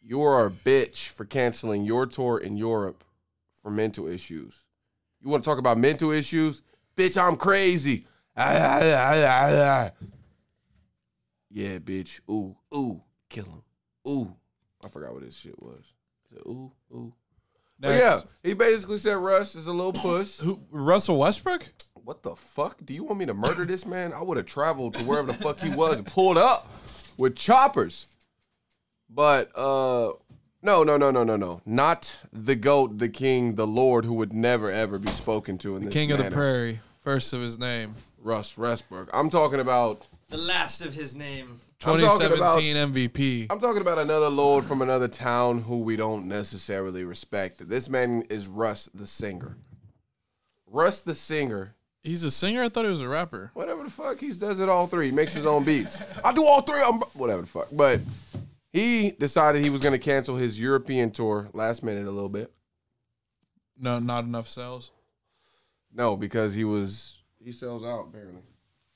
you are a bitch for canceling your tour in Europe for mental issues. You want to talk about mental issues? Bitch, I'm crazy. Ah, ah, ah, ah, ah. Yeah, bitch. Ooh, ooh, kill him. Ooh. I forgot what this shit was. Is it ooh, ooh? But
Next.
yeah, he basically said Russ is a little puss.
Who, Russell Westbrook?
what the fuck? Do you want me to murder this man? I would have traveled to wherever the fuck he was and pulled up with choppers. But uh no, no, no, no, no, no. Not the goat, the king, the lord who would never ever be spoken to in this
King of the
manner.
Prairie, first of his name.
Russ Westbrook. I'm talking about
The last of his name.
I'm talking
2017
about-
MVP.
I'm talking about another lord from another town who we don't necessarily respect. This man is Russ the singer. Russ the singer,
He's a singer. I thought he was a rapper.
whatever the fuck, he does it all three. He makes his own beats. I do all three. I'm whatever the fuck. But he decided he was gonna cancel his European tour last minute a little bit.
No, not enough sales.
No, because he was he sells out apparently.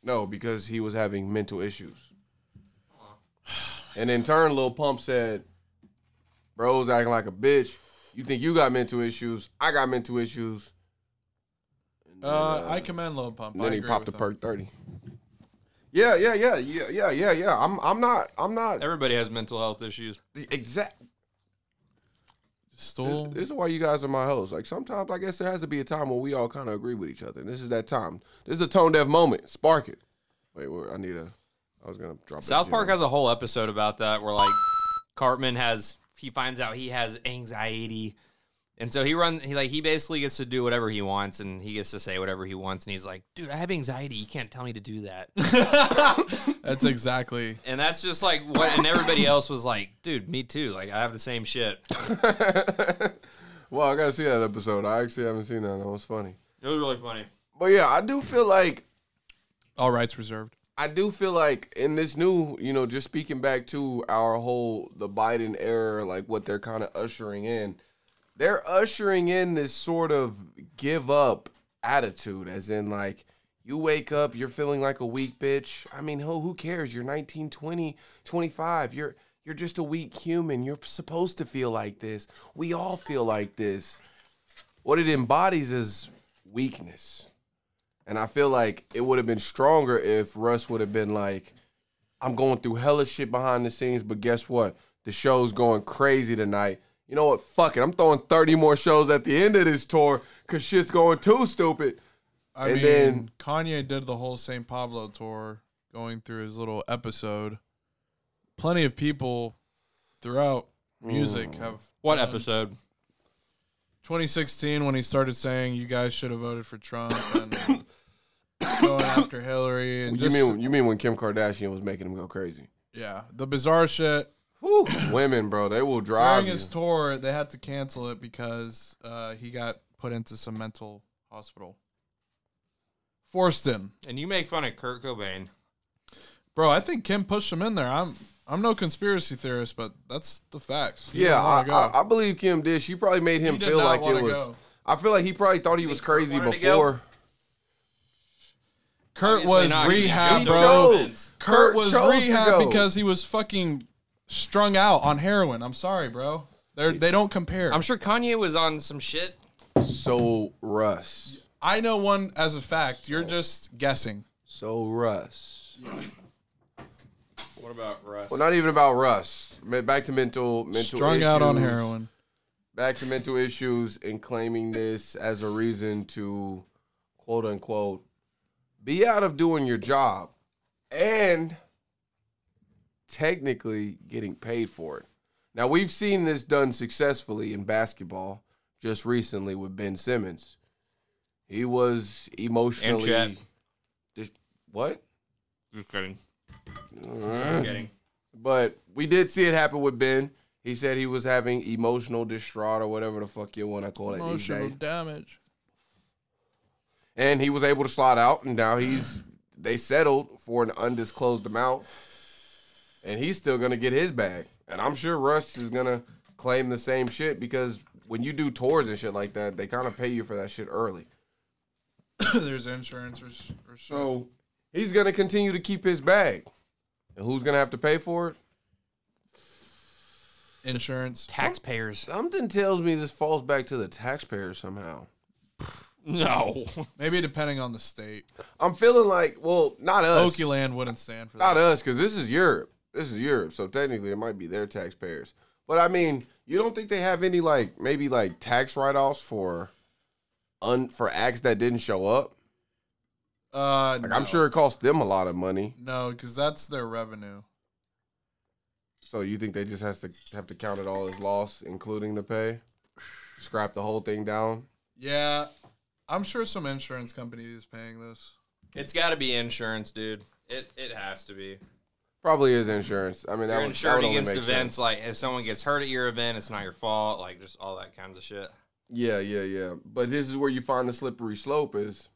No, because he was having mental issues. And in turn, Lil Pump said, "Bro's acting like a bitch. You think you got mental issues? I got mental issues." And then,
Uh, I commend Lil Pump.
and
I
then he
agree
popped a
with him.
perk thirty. Yeah, yeah, yeah, yeah, yeah, yeah, yeah. I'm, I'm not, I'm not
Everybody has mental health issues.
exact.
Stool.
This is why you guys are my hosts. Like sometimes, I guess there has to be a time where we all kind of agree with each other. And this is that time. This is a tone deaf moment. Spark it. Wait, where, I need a. I was gonna drop.
South Park has a whole episode about that where like Cartman has he finds out he has anxiety. And so he runs he like he basically gets to do whatever he wants and he gets to say whatever he wants and he's like, "Dude, I have anxiety. You can't tell me to do that."
That's exactly.
and that's just like what and everybody else was like, "Dude, me too. Like I have the same shit."
has. well, I gotta see that episode. I actually haven't seen that. That was funny.
It was really funny.
But yeah, I do feel like
All rights reserved.
I do feel like in this new, you know, just speaking back to our whole the Biden era, like what they're kind of ushering in, they're ushering in this sort of give up attitude, as in like you wake up, you're feeling like a weak bitch. I mean, who who cares? You're 19, 20, 25. You're you're just a weak human. You're supposed to feel like this. We all feel like this. What it embodies is weakness. And I feel like it would have been stronger if Russ would have been like, I'm going through hella shit behind the scenes, but guess what? The show's going crazy tonight. You know what? Fuck it. I'm throwing 30 more shows at the end of this tour because shit's going too stupid.
I
And
mean,
then-
Kanye did the whole St. Pablo tour, going through his little episode. Plenty of people throughout
Mm.
music have
What
done-
episode?
2016 when he started saying you guys should have voted for Trump and going after Hillary and
you
just,
mean you mean when Kim Kardashian was making him go crazy?
yeah, the bizarre shit.
Whew, women, bro, they will drive
During
you.
his tour, they had to cancel it because uh, he got put into some mental hospital. Forced him,
And you make fun of Kurt Cobain.
bro. I think Kim pushed him in there. I'm I'm no conspiracy theorist, but that's the facts. He
Yeah,
didn't wanna
I,
go.
I, I believe Kim did. She probably made him
He did
feel
not
like it
wanna
was.
go.
I feel like he probably thought he was crazy
wanted to go?
before.
Kurt
Obviously
was
not, 'cause he's
rehab,
got
the
bro.
relevance.
Kurt
Kurt
was
chose to
rehab
go.
because he was fucking strung out on heroin. I'm sorry, bro. They they don't compare.
I'm sure Kanye was on some shit.
So Russ.
I know one as a fact. You're just guessing.
So Russ.
What about Russ?
Well, not even about Russ. Ma- Back to mental, mental
strung
issues.
out on heroin.
Back to mental issues and claiming this as a reason to, quote unquote, be out of doing your job, and technically getting paid for it. Now we've seen this done successfully in basketball just recently with Ben Simmons. He was emotionally.
And Chet.
Dis- what?
Just kidding. Just kidding.
But we did see it happen with Ben. He said he was having emotional distraught or whatever the fuck you want to call it. these
Emotional
days.
damage.
And he was able to slide out, and now he's they settled for an undisclosed amount, and he's still gonna get his bag. And I'm sure Russ is gonna claim the same shit because when you do tours and shit like that, they kind of pay you for that shit early.
There's insurance or, s- or so.
So he's gonna continue to keep his bag, and who's gonna have to pay for it?
Insurance.
Taxpayers.
Something tells me this falls back to the taxpayer somehow.
No.
Maybe depending on the state.
I'm feeling like, well, not us,
Okie land wouldn't stand for that.
not us, because this is Europe. This is Europe, so technically it might be their taxpayers. But I mean, you don't think they have any like maybe like tax write offs for, un for acts that didn't show up?
Uh,
Like
no.
I'm sure it costs them a lot of money.
No, because that's their revenue.
So you think they just has to have to count it all as loss, including the pay? Scrap the whole thing down.
Yeah, I'm sure some insurance company is paying this.
It's got to be insurance, dude. It it has to be.
Probably is insurance. I mean, that
You're
would, that
insured
would only
against
make
events
sense.
like if someone gets hurt at your event, it's not your fault. Like just all that kinds of shit.
Yeah, yeah, yeah. But this is where you find the slippery slope is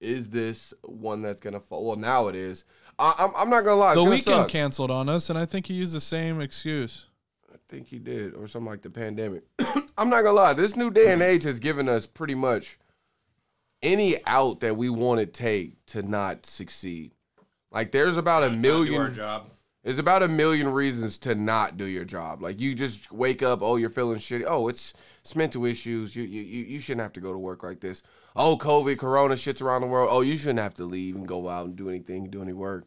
is this one that's gonna fall? Well, now it is. I, I'm, I'm not gonna lie. It's
the
gonna
weekend
suck.
canceled on us, and I think he used the same excuse.
I think he did, or something like the pandemic. I'm not gonna lie. This new day and age has given us pretty much any out that we want to take to not succeed. Like there's about a
Do our
million.
job.
There's about a million reasons to not do your job. Like you just wake up, oh, you're feeling shitty. Oh, it's it's mental issues. You you you you shouldn't have to go to work like this. Oh, COVID, Corona, shits around the world. Oh, you shouldn't have to leave and go out and do anything, do any work.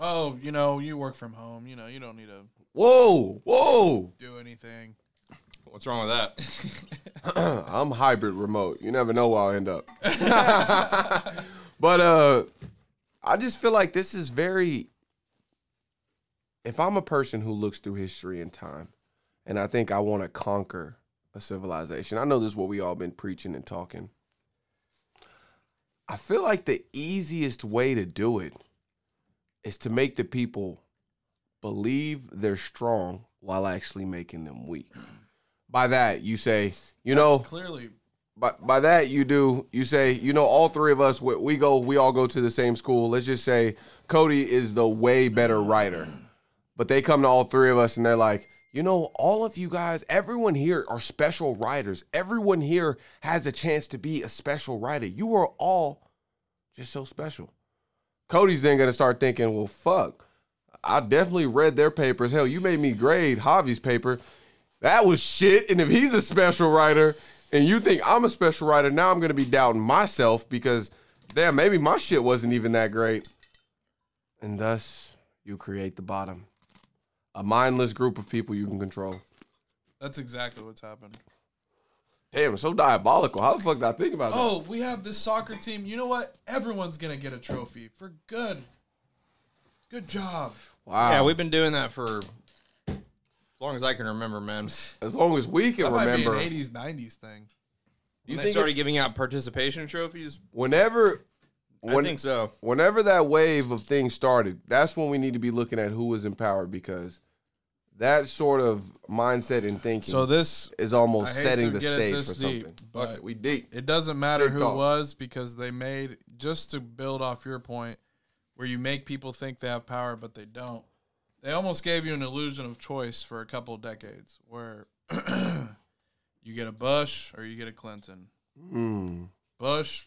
Oh, you know, you work from home. You know, you don't need to
Whoa, whoa.
do anything.
What's wrong with that?
I'm hybrid remote. You never know where I'll end up. but uh I just feel like this is very if I'm a person who looks through history and time and I think I want to conquer a civilization. I know this is what we all been preaching and talking. I feel like the easiest way to do it is to make the people believe they're strong while actually making them weak. By that, you say, you know,
It's clearly
by, by that you do you say you know all three of us we, we go we all go to the same school let's just say cody is the way better writer but they come to all three of us and they're like you know all of you guys everyone here are special writers everyone here has a chance to be a special writer you are all just so special cody's then gonna start thinking well fuck i definitely read their papers hell you made me grade javi's paper that was shit. And if he's a special writer and you think I'm a special writer, now I'm going to be doubting myself because, damn, maybe my shit wasn't even that great. And thus, you create the bottom. A mindless group of people you can control.
that's exactly what's happened.
Damn, it's so diabolical. How the fuck did I think about that?
Oh, we have this soccer team. You know what? Everyone's gonna get a trophy for good. Good job.
wow.
yeah, we've been doing that for as long as I can remember, man.
as long as we can
That might
remember.
be an '80s, '90s thing.
When they
think
started giving out participation trophies,
Whenever.
I think so.
whenever that wave of things started, that's when we need to be looking at who was in power because that sort of mindset and thinking
So this
is almost
I hate
setting
to
the
get it
stage
this
for
deep,
something.
but-
Fuck it, we deep.
It doesn't matter
Straight
who
talk.
was because they made just to build off your point where you make people think they have power but they don't. They almost gave you an illusion of choice for a couple of decades where you get a Bush or you get a Clinton.
Mm.
Bush,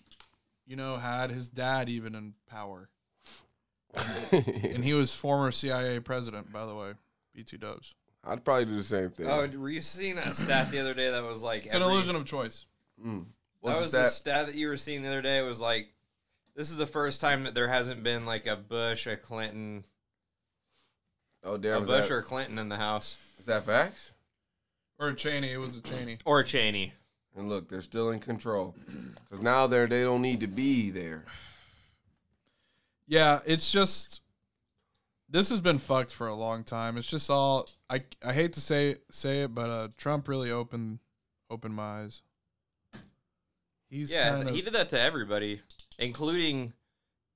you know, had his dad even in power. And he was former CIA president, by the way. BT Dubs.
I'd probably do the same thing.
Oh, were you seeing that stat the other day? That was like
It's an illusion of choice.
What's
that
the
was the
stat?
stat that you were seeing the other day. Was like, this is the first time that there hasn't been like a Bush, a Clinton,
oh
a
damn, is
Bush
that,
or a Clinton in the house,
is that facts?
Or Cheney, it was a Cheney.
or a Cheney.
And look, they're still in control because now they're they don't need to be there.
Yeah, it's just this has been fucked for a long time. It's just all I I hate to say say it, but uh, Trump really opened opened my eyes. He's
yeah,
kind of,
he did that to everybody, including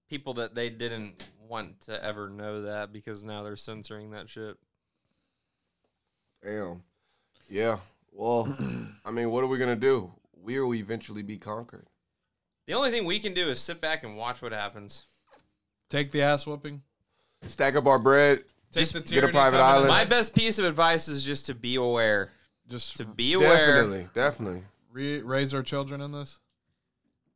people that they didn't want to ever know that because now they're censoring that shit.
Damn. Yeah. Well, I mean, what are we gonna do? We will eventually be conquered.
The only thing we can do is sit back and watch what happens.
take the ass whooping.
Stack up our bread.
Take
Just
the
get a
tyranny
private
coming
island.
in.
My best piece of advice is just to be aware.
Just
To be aware.
Definitely, definitely.
re- raise our children in this.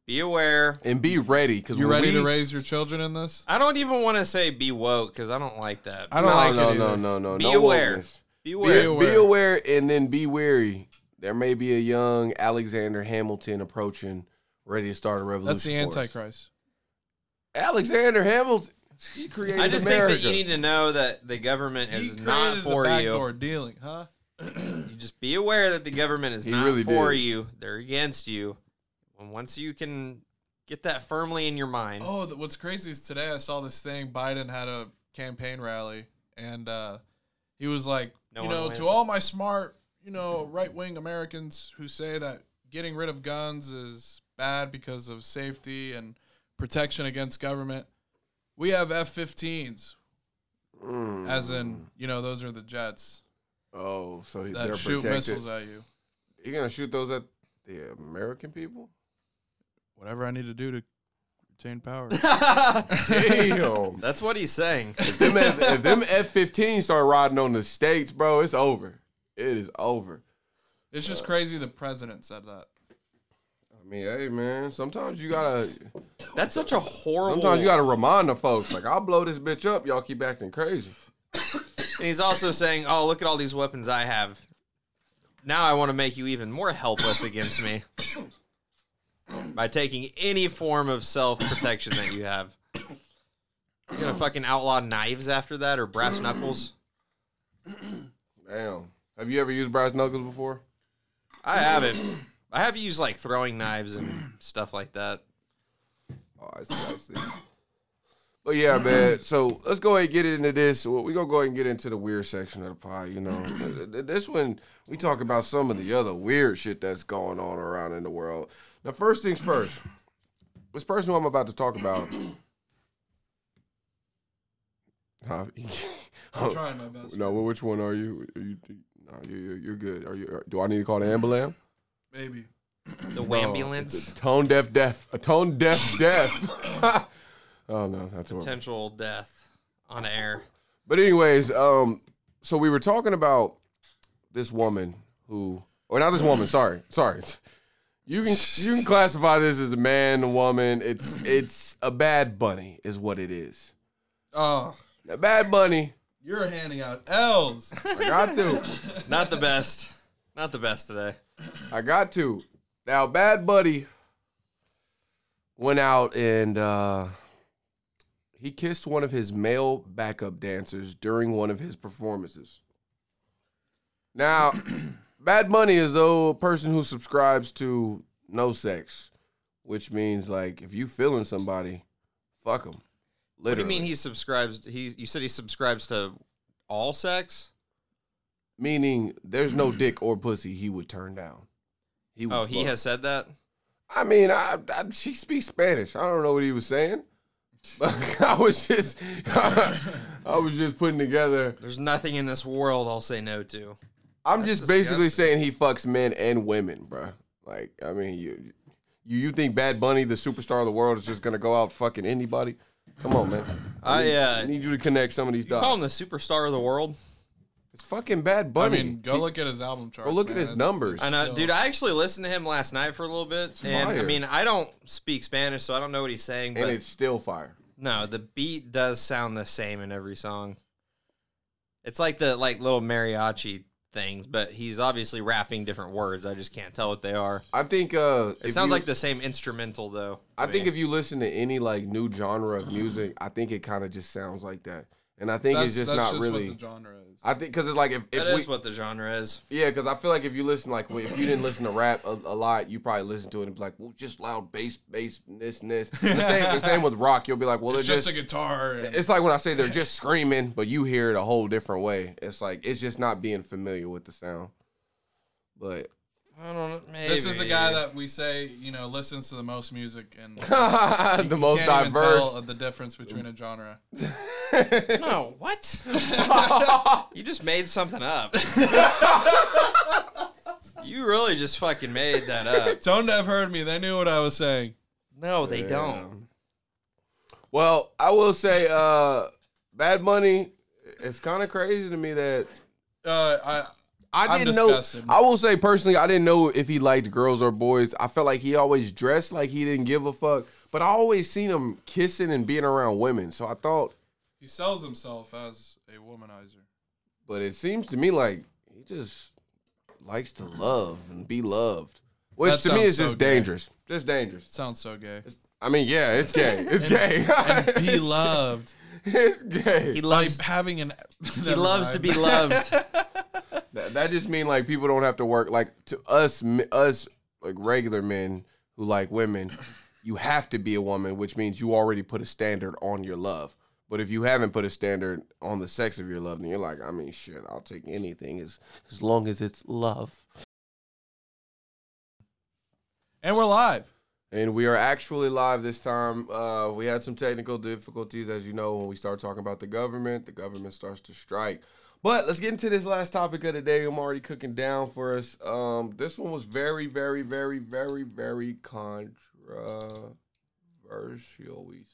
Be aware.
and be ready because
You
when
ready
we,
to raise your children in this?
I don't even want to say be woke because I don't like that.
I
No,
don't like
no,
it.
no,
either.
no, no,
Be
no.
aware.
wokeness.
be
Be,
aware.
be aware.
aware.
and then be wary. There may be a young Alexander Hamilton approaching, ready to start a revolution.
That's the
for us.
Antichrist.
Alexander Hamilton. He created
I just
America.
think that you need to know that the government is
He
not
created
for
the
you.
backdoor dealing, huh?
You just be aware that the government is
He
not
really
for
did.
you. They're against you. And once you can get that firmly in your mind,
Oh, th- what's crazy is today I saw this thing. Biden had a campaign rally, and uh, he was like,
No
you
one
know,
went.
to all my smart, you know, right wing Americans who say that getting rid of guns is bad because of safety and protection against government. We have F-15s,
Mm.
as in you know those are the jets
Oh, so
that
they're
shoot
protected.
missiles at you.
You're gonna shoot those at the American people?
Whatever I need to do to retain power.
Damn.
That's what he's saying.
them F- if them F 15 start riding on the states, bro, it's over. It is over.
it's just crazy. The president said that.
I mean, hey man, sometimes you gotta
That's such a horrible.
sometimes you gotta remind the folks, like, I'll blow this bitch up, y'all keep acting crazy.
And he's also saying, "Oh, look at all these weapons I have. Now I want to make you even more helpless against me by taking any form of self-protection that you have. You're gonna fucking outlaw knives after that, or brass knuckles?
Damn. Have you ever used brass knuckles before?
I haven't. I have used like throwing knives and stuff like that.
Oh, I see, I see. But yeah, man. So let's go ahead and get into this. We're gonna go ahead and get into the weird section of the pie. You know, Th- th- this one we talk about some of the other weird shit that's going on around in the world. Now, first things first. This person who I'm about to talk about. Huh?
I'm trying my best.
uh, Oh. no, well, which one are you? Are you no, you- you- you're good. Are you? are- do I need to call the ambulance?
Maybe.
The
Oh, It's a
wambulance,
tone deaf deaf. A tone deaf deaf. oh no, that's what.
potential death on air.
But anyways, um, so we were talking about this woman who, or not this woman. Sorry, sorry. You can you can classify this as a man, a woman. It's it's a bad bunny, is what it is.
Oh,
A bad bunny.
you're handing out L's.
I got to.
Not the best. Not the best today.
I got to. Now, Bad Buddy went out and uh, he kissed one of his male backup dancers during one of his performances. Now, Bad Bunny is the person who subscribes to no sex, which means like if you feeling somebody, fuck them.
What do
Literally,
you mean he subscribes? He you said he subscribes to all sex?
meaning there's no dick or pussy he would turn down. He would
Oh, he
fuck.
has said that.
I mean, I, I she speaks Spanish. I don't know what he was saying, but I was just I was just putting together.
There's nothing in this world I'll say no to.
I'm
That's
just basically
disgusting.
saying he fucks men and women, bruh. Like, I mean, you you you think Bad Bunny, the superstar of the world, is just gonna go out fucking anybody? Come on, man.
I
I
uh, you
need you to connect some of these
call
dots.
him the superstar of the world.
It's fucking Bad
I
Bunny.
mean, go look at his album chart.
Or look at his numbers.
I know, uh, dude. I actually listened to him last night for a little bit, and I
fire.
mean, I don't speak Spanish, so I don't know what he's saying.
and
But
it's still fire.
no, the beat does sound the same in every song. It's like the like little mariachi things, but he's obviously rapping different words. I just can't tell what they are.
I think uh
It
if
sounds
you-
like the same instrumental though.
I
to
think
me.
if you listen to any like new genre of music, I think it kind of just sounds like that. And I think
That's,
it's just
that's
not
just
really.
What the genre is.
I think because it's like if, if
That
we
is what the genre is.
yeah, because I feel like if you listen like if you didn't listen to rap a, a lot, you probably listen to it and be like, well, just loud bass, bass, this, this. The same, the same with rock. You'll be like, well,
It's
they're
just,
just.
a guitar. And,
it's like when I say they're just screaming, but you hear it a whole different way. It's like it's just not being familiar with the sound. But
I don't know. Maybe.
this is the guy that we say you know listens to the most music and
the most
can't even tell
diverse.
the difference between a genre.
No, what? you just made something up. you really just fucking made that up.
Tone Deaf heard me. They knew what I was saying.
No, they don't.
Well, I will say, uh, Bad Money. It's kind of crazy to me that
Uh, I
I
I'm
didn't
disgusted.
know. I will say personally, I didn't know if he liked girls or boys. I felt like he always dressed like he didn't give a fuck. But I always seen him kissing and being around women, so I thought.
he sells himself as a womanizer.
But it seems to me like he just likes to love and be loved, which to
That
me
sounds
is just
so gay.
dangerous. Just dangerous.
Sounds so gay.
I mean, yeah, it's gay. It's gay.
and be loved
it's gay.
He
by
loves.
having an.
He loves to be loved.
That, that just mean like people don't have to work. Like to us, m- us like regular men who like women, you have to be a woman, which means you already put a standard on your love. But if you haven't put a standard on the sex of your love, then you're like, I mean, shit, I'll take anything as as long as it's love.
And we're live.
And we are actually live this time. Uh, we had some technical difficulties, as you know, when we start talking about the government, the government starts to strike. But let's get into this last topic of the day. I'm already cooking down for us. Um, this one was very, very, very, very, very controversial. We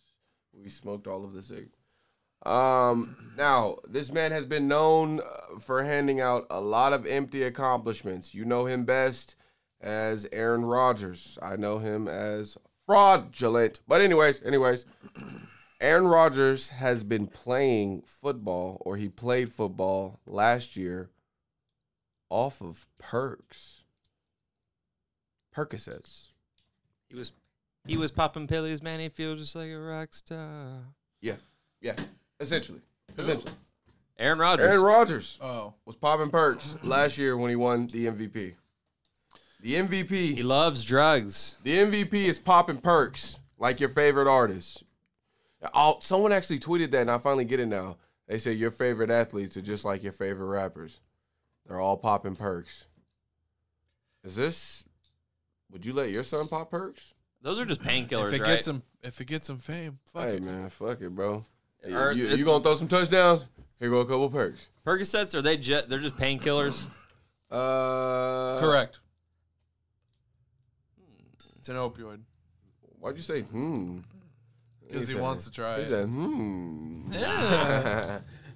we smoked all of the cig. Um, now this man has been known uh, for handing out a lot of empty accomplishments. You know him best as Aaron Rodgers. I know him as fraudulent. But anyways, anyways, Aaron Rodgers has been playing football or he played football last year off of perks. Percocets.
He was he was popping pillies, man. He feels just like a rock star.
Yeah. Yeah. Essentially. Essentially.
Aaron Rodgers.
Aaron Rodgers.
Oh,
was popping perks last year when he won the MVP. The
he
MVP,
loves drugs.
the MVP is popping perks like your favorite artist. All, someone actually tweeted that, and I finally get it now. They say your favorite athletes are just like your favorite rappers; they're all popping perks. Is this? Would you let your son pop perks?
Those are just painkillers,
if it
right?
gets him, if it gets him fame, fuck
Hey
it.
man, fuck it, bro. Hey,
Or
you,
it-
you gonna throw some touchdowns? Here go a couple perks.
Percocets are they? Ju- they're just painkillers.
Uh,
Correct. hmm. It's an opioid
Why'd you say hmm?
because he
said-
wants to try
He
it.
said, hmm.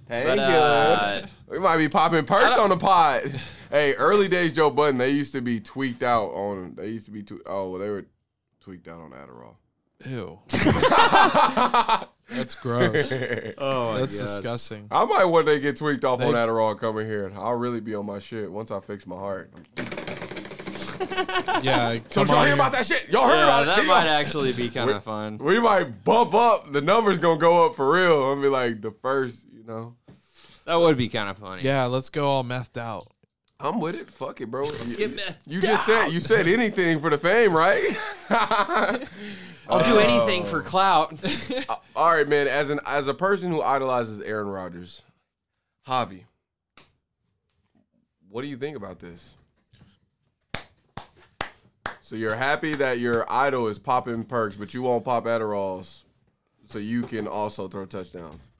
Thank
But uh,
you. We might be popping perks on the pod. hey, early days Joe Budden, they used to be tweaked out on. They used to be twe- oh, well, they were tweaked out on Adderall.
Ew. That's gross.
Oh,
That's disgusting.
I might one day get tweaked off on
They-
Adderall coming here. I'll really be on my shit once I fix my heart.
Yeah.
So
come
y'all hear
on here.
about that shit? Y'all heard
yeah,
about
that
it?
might
Y'all-
actually be kind of fun.
we might bump up. The numbers gonna go up for real. I'll be like the first, you know.
That would be kind of funny.
Yeah, let's go all methed out.
I'm with it. Fuck it, bro. Let's
get meth
You just said you said anything for the fame, right?
I'll do anything for clout.
All right, man. As an as a person who idolizes Aaron Rodgers, Javi, what do you think about this? So you're happy that your idol is popping perks, but you won't pop Adderalls, so you can also throw touchdowns.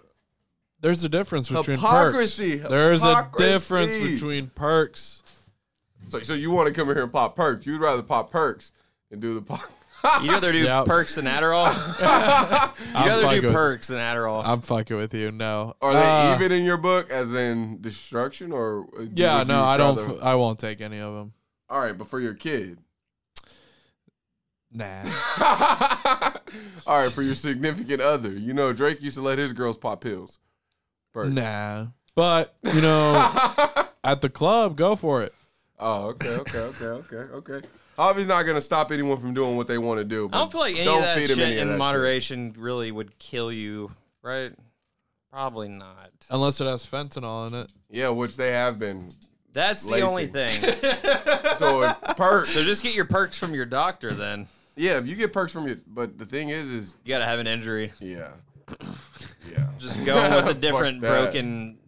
There's a difference between
Hypocrisy,
perks. There's
hypocrisy.
a difference between perks.
So so you want to come in here and pop perks? You'd rather pop perks and do the pop.
You know they do
Yeah.
perks and Adderall. you know they
fucking
do
with-
perks and Adderall.
I'm fucking with you. No.
Are they
Uh,
even in your book, as in destruction, or uh,
Yeah.
would you
No. I don't.
rather-
F- I won't take any of them.
All right, but for your kid.
Nah.
All right, for your significant other. You know, Drake used to let his girls pop pills. Perks.
nah. But you know, at the club, go for it.
Oh, okay, okay, okay, okay, okay. Javi's not gonna stop anyone from doing what they want to do. But
I don't feel like any
don't
of that
feed
shit
him any of
in
that
moderation really would kill you, right? Probably not.
Unless it has fentanyl in it.
Yeah, which they have been.
That's
Lazy.
the only thing.
So if perks.
so just get your perks from your doctor then.
Yeah, if you get perks from your, but the thing is, is
You gotta have an injury.
yeah, yeah.
Just going with a
Fuck
different
that.
broken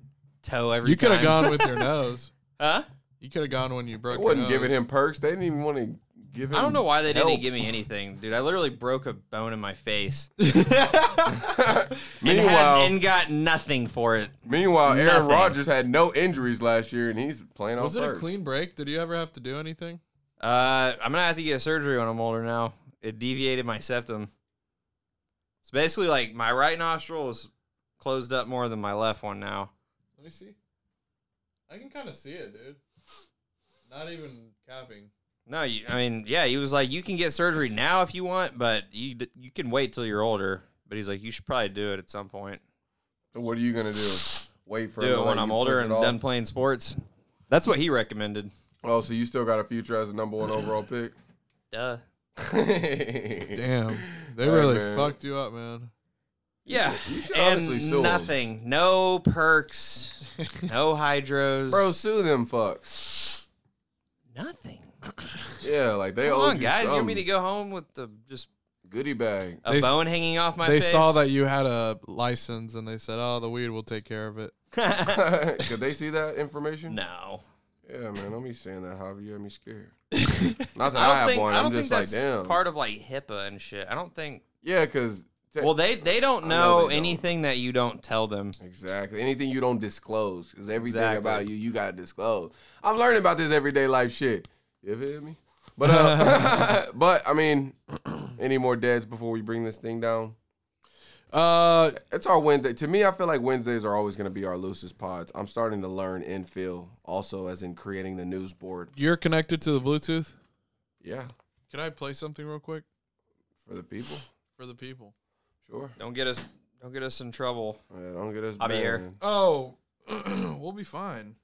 toe every
You
time.
could have gone with your nose.
Huh?
You could have gone when you broke.
They wasn't
your nose.
giving him perks. They didn't even want to give him.
I don't know why they
help.
didn't give me anything, dude. I literally broke a bone in my face and,
Meanwhile,
had, and got nothing for it.
meanwhile, Aaron
nothing.
Rodgers had no injuries last year, and he's playing off
Was it a
perks.
clean break? Did you ever have to do anything?
Uh, I'm gonna have to get surgery when I'm older now. It deviated my septum. It's basically like my right nostril is closed up more than my left one now.
Let me see. I can kind of see it, dude. Not even capping.
No, you, I mean, yeah, he was like, you can get surgery now if you want, but you d- you can wait till you're older. But he's like, you should probably do it at some point.
So what are you gonna do? Wait for him
do
to
it
let
when I'm
you
older
push it
and
off?
done playing sports. That's what he recommended.
Oh, so you still got a future as a number one overall pick?
Duh.
Damn, they
Hey,
really
man.
fucked you up, man.
Yeah.
You should honestly sue
And
'em.
nothing. No perks. No hydros.
Bro, sue them fucks.
nothing.
Yeah, like they
Come
owe
on,
you
guys. You want me to
something.
go home with the just
goodie bag.
a
They s-
bone hanging off my
they
face?
saw that you had a license and they said, "Oh, the weed will take care of it."
that.
Could they see that information?
no.
Yeah, man. Don't be saying that, Javi. You got me scared. Not that I, have one. I'm just like, damn.
part of like HIPAA and shit. I don't think.
yeah, because
Well, they they don't
I know
know,
they don't.
anything that you don't tell them.
Exactly. Anything you don't disclose is everything
Exactly.
about you. You gotta disclose. I'm learning about this everyday life shit. You feel me? But uh, but I mean, any more deads before we bring this thing down?
Uh,
It's our Wednesday. To me, I feel like Wednesdays are always gonna be our loosest pods. I'm starting to learn and feel also as in creating the news board.
you're connected to the Bluetooth.
Yeah,
Can I play something real quick
for the people.
for the people?
Sure.
Don't get us don't get us in trouble.
Yeah, don't get us.
I'll be
banned.
here.
Oh, we'll be fine.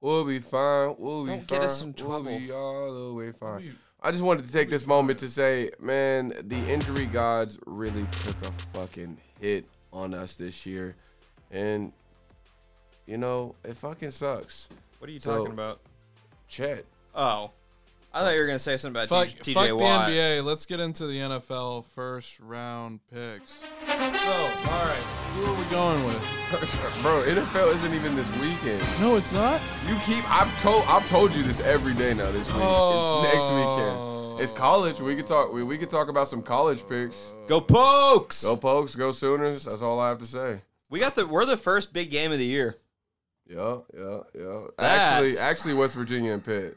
We'll be fine. We'll be
Don't
fine.
get us in
We'll be all the way fine.
be-
I just wanted to take this moment to say, man, the injury gods really took a fucking hit on us this year. And, you know, it fucking sucks.
What are you
So-
talking about?
Chet.
Oh, I thought you were gonna say something about
Fuck,
TJ
fuck the
Watt.
NBA. Let's get into the NFL first round picks. So, all
Oh,
right, who are we going with?
Bro, NFL isn't even this weekend.
No, it's not.
You keep I've told I've told you this every day now this week.
Oh.
It's next weekend. It's college. We could talk we, we could talk about some college picks.
Go Pokes!
Go pokes, go Sooners. That's all I have to say.
We got the we're the first big game of the year.
Yeah, yeah, yeah.
That-
Actually actually West Virginia and Pitt.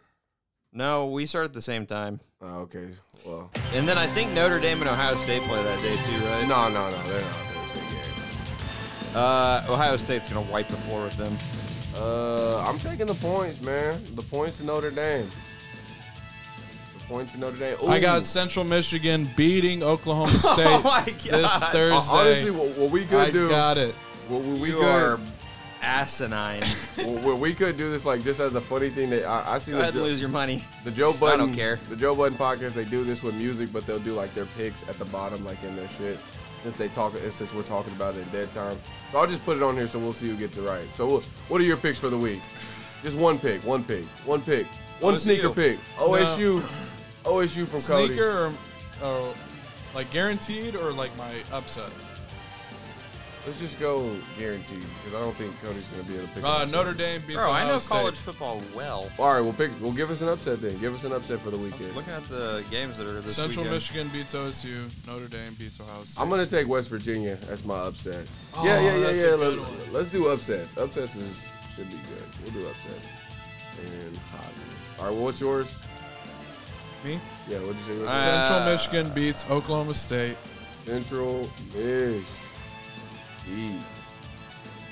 No, we start at the same time,
Oh, okay. Well,
and then I think Notre Dame and Ohio State play that day too, right?
no, no, no. They're not. They're a big game.
Uh, Ohio State's gonna wipe the floor with them.
Uh, I'm taking the points, man. The points to Notre Dame. The points to Notre Dame.
I
Ooh.
got Central Michigan beating Oklahoma State
Oh my
this
God.
Thursday.
Hon- Uh, Honestly, what, what we could
I
do,
got it.
what what we
you
could,
are asinine.
what what we could do this like just as a funny thing that I, I see
Go
the,
ahead and
Jo-
lose your money.
the Joe Budden,
don't care.
the Joe Budden podcast. They do this with music, but they'll do like their picks at the bottom, like in their shit. Since they talk, since we're talking about it in dead time, so I'll just put it on here so we'll see who gets it right. So, we'll, what are your picks for the week? Just one pick, one pick, one pick, one
OSU.
sneaker pick. OSU, OSU from Cody.
Sneaker or, or like guaranteed or like my upset?
Let's just go guaranteed because I don't think Cody's gonna be able to pick. an
Uh,
upset.
Notre Dame beats
Bro,
Ohio
I know
State.
college football well.
All right, we'll pick. We'll give us an upset then. Give us an upset for the weekend.
I'm looking at the games that are this
Central
weekend.
Michigan beats OSU. Notre Dame beats Ohio State.
I'm gonna take West Virginia. That's my upset.
Oh,
yeah, yeah, yeah,
that's a
yeah.
good
Let's,
one.
let's do upsets. Upsets is, should be good. We'll do upsets. And hobby. All right, well, what's yours?
Me?
Yeah, what'd you say? What's
Uh,
Central Michigan beats Oklahoma State,
Central Mish. East.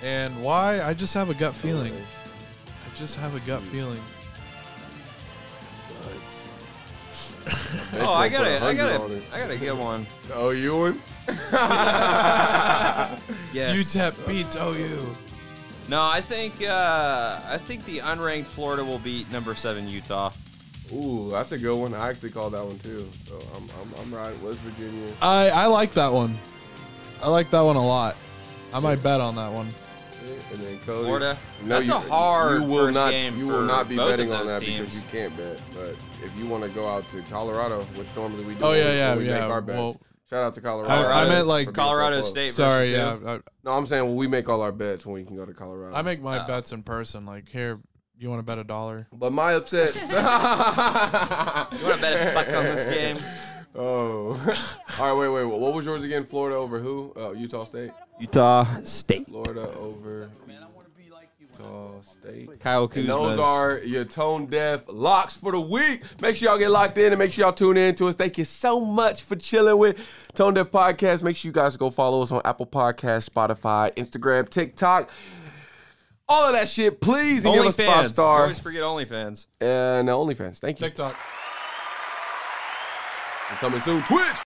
and why? I just have a gut feeling. I just have a gut feeling.
Oh, I got a, I got a, I got a good one.
Oh, you one?
Yes.
UTEP E beats OU.
No, I think, uh, I think the unranked Florida will beat number seven Utah.
Ooh, that's a good one. I actually called that one too. So I'm, I'm, I'm right. West Virginia.
I I like that one. I like that one a lot. I might bet on that one.
And then Cody.
Florida. That's a hard
you will
first
not,
game
You
for
will not be
both of
betting on that
those
because
teams.
you can't bet. But if you want to go out to Colorado, which normally we do,
Oh, yeah,
when we-
yeah,
when we
yeah,
Make our bets.
well-
Shout out to Colorado.
I meant,
for
like,
being so
Colorado
close.
State.
Sorry,
versus
yeah.
who?
I,
No, I'm saying well, we make all our bets when we can go to Colorado.
I make my bets in person. Like here, you want to bet a dollar?
but my upset.
You want to bet a buck on this game?
oh, all right. Wait, wait. What was yours again? Florida over who? Oh, Utah State.
Utah State.
Florida over Utah State.
Kyle
And
Kuzma.
those are your tone deaf locks for the week. Make sure y'all get locked in and make sure y'all tune in to us. Thank you so much for chilling with Tone Deaf Podcast. Make sure you guys go follow us on Apple Podcasts, Spotify, Instagram, TikTok, all of that shit. Please and give us
OnlyFans.
five
You
star
Always forget OnlyFans.
and uh, OnlyFans. Thank you.
TikTok.
Coming soon, Twitch.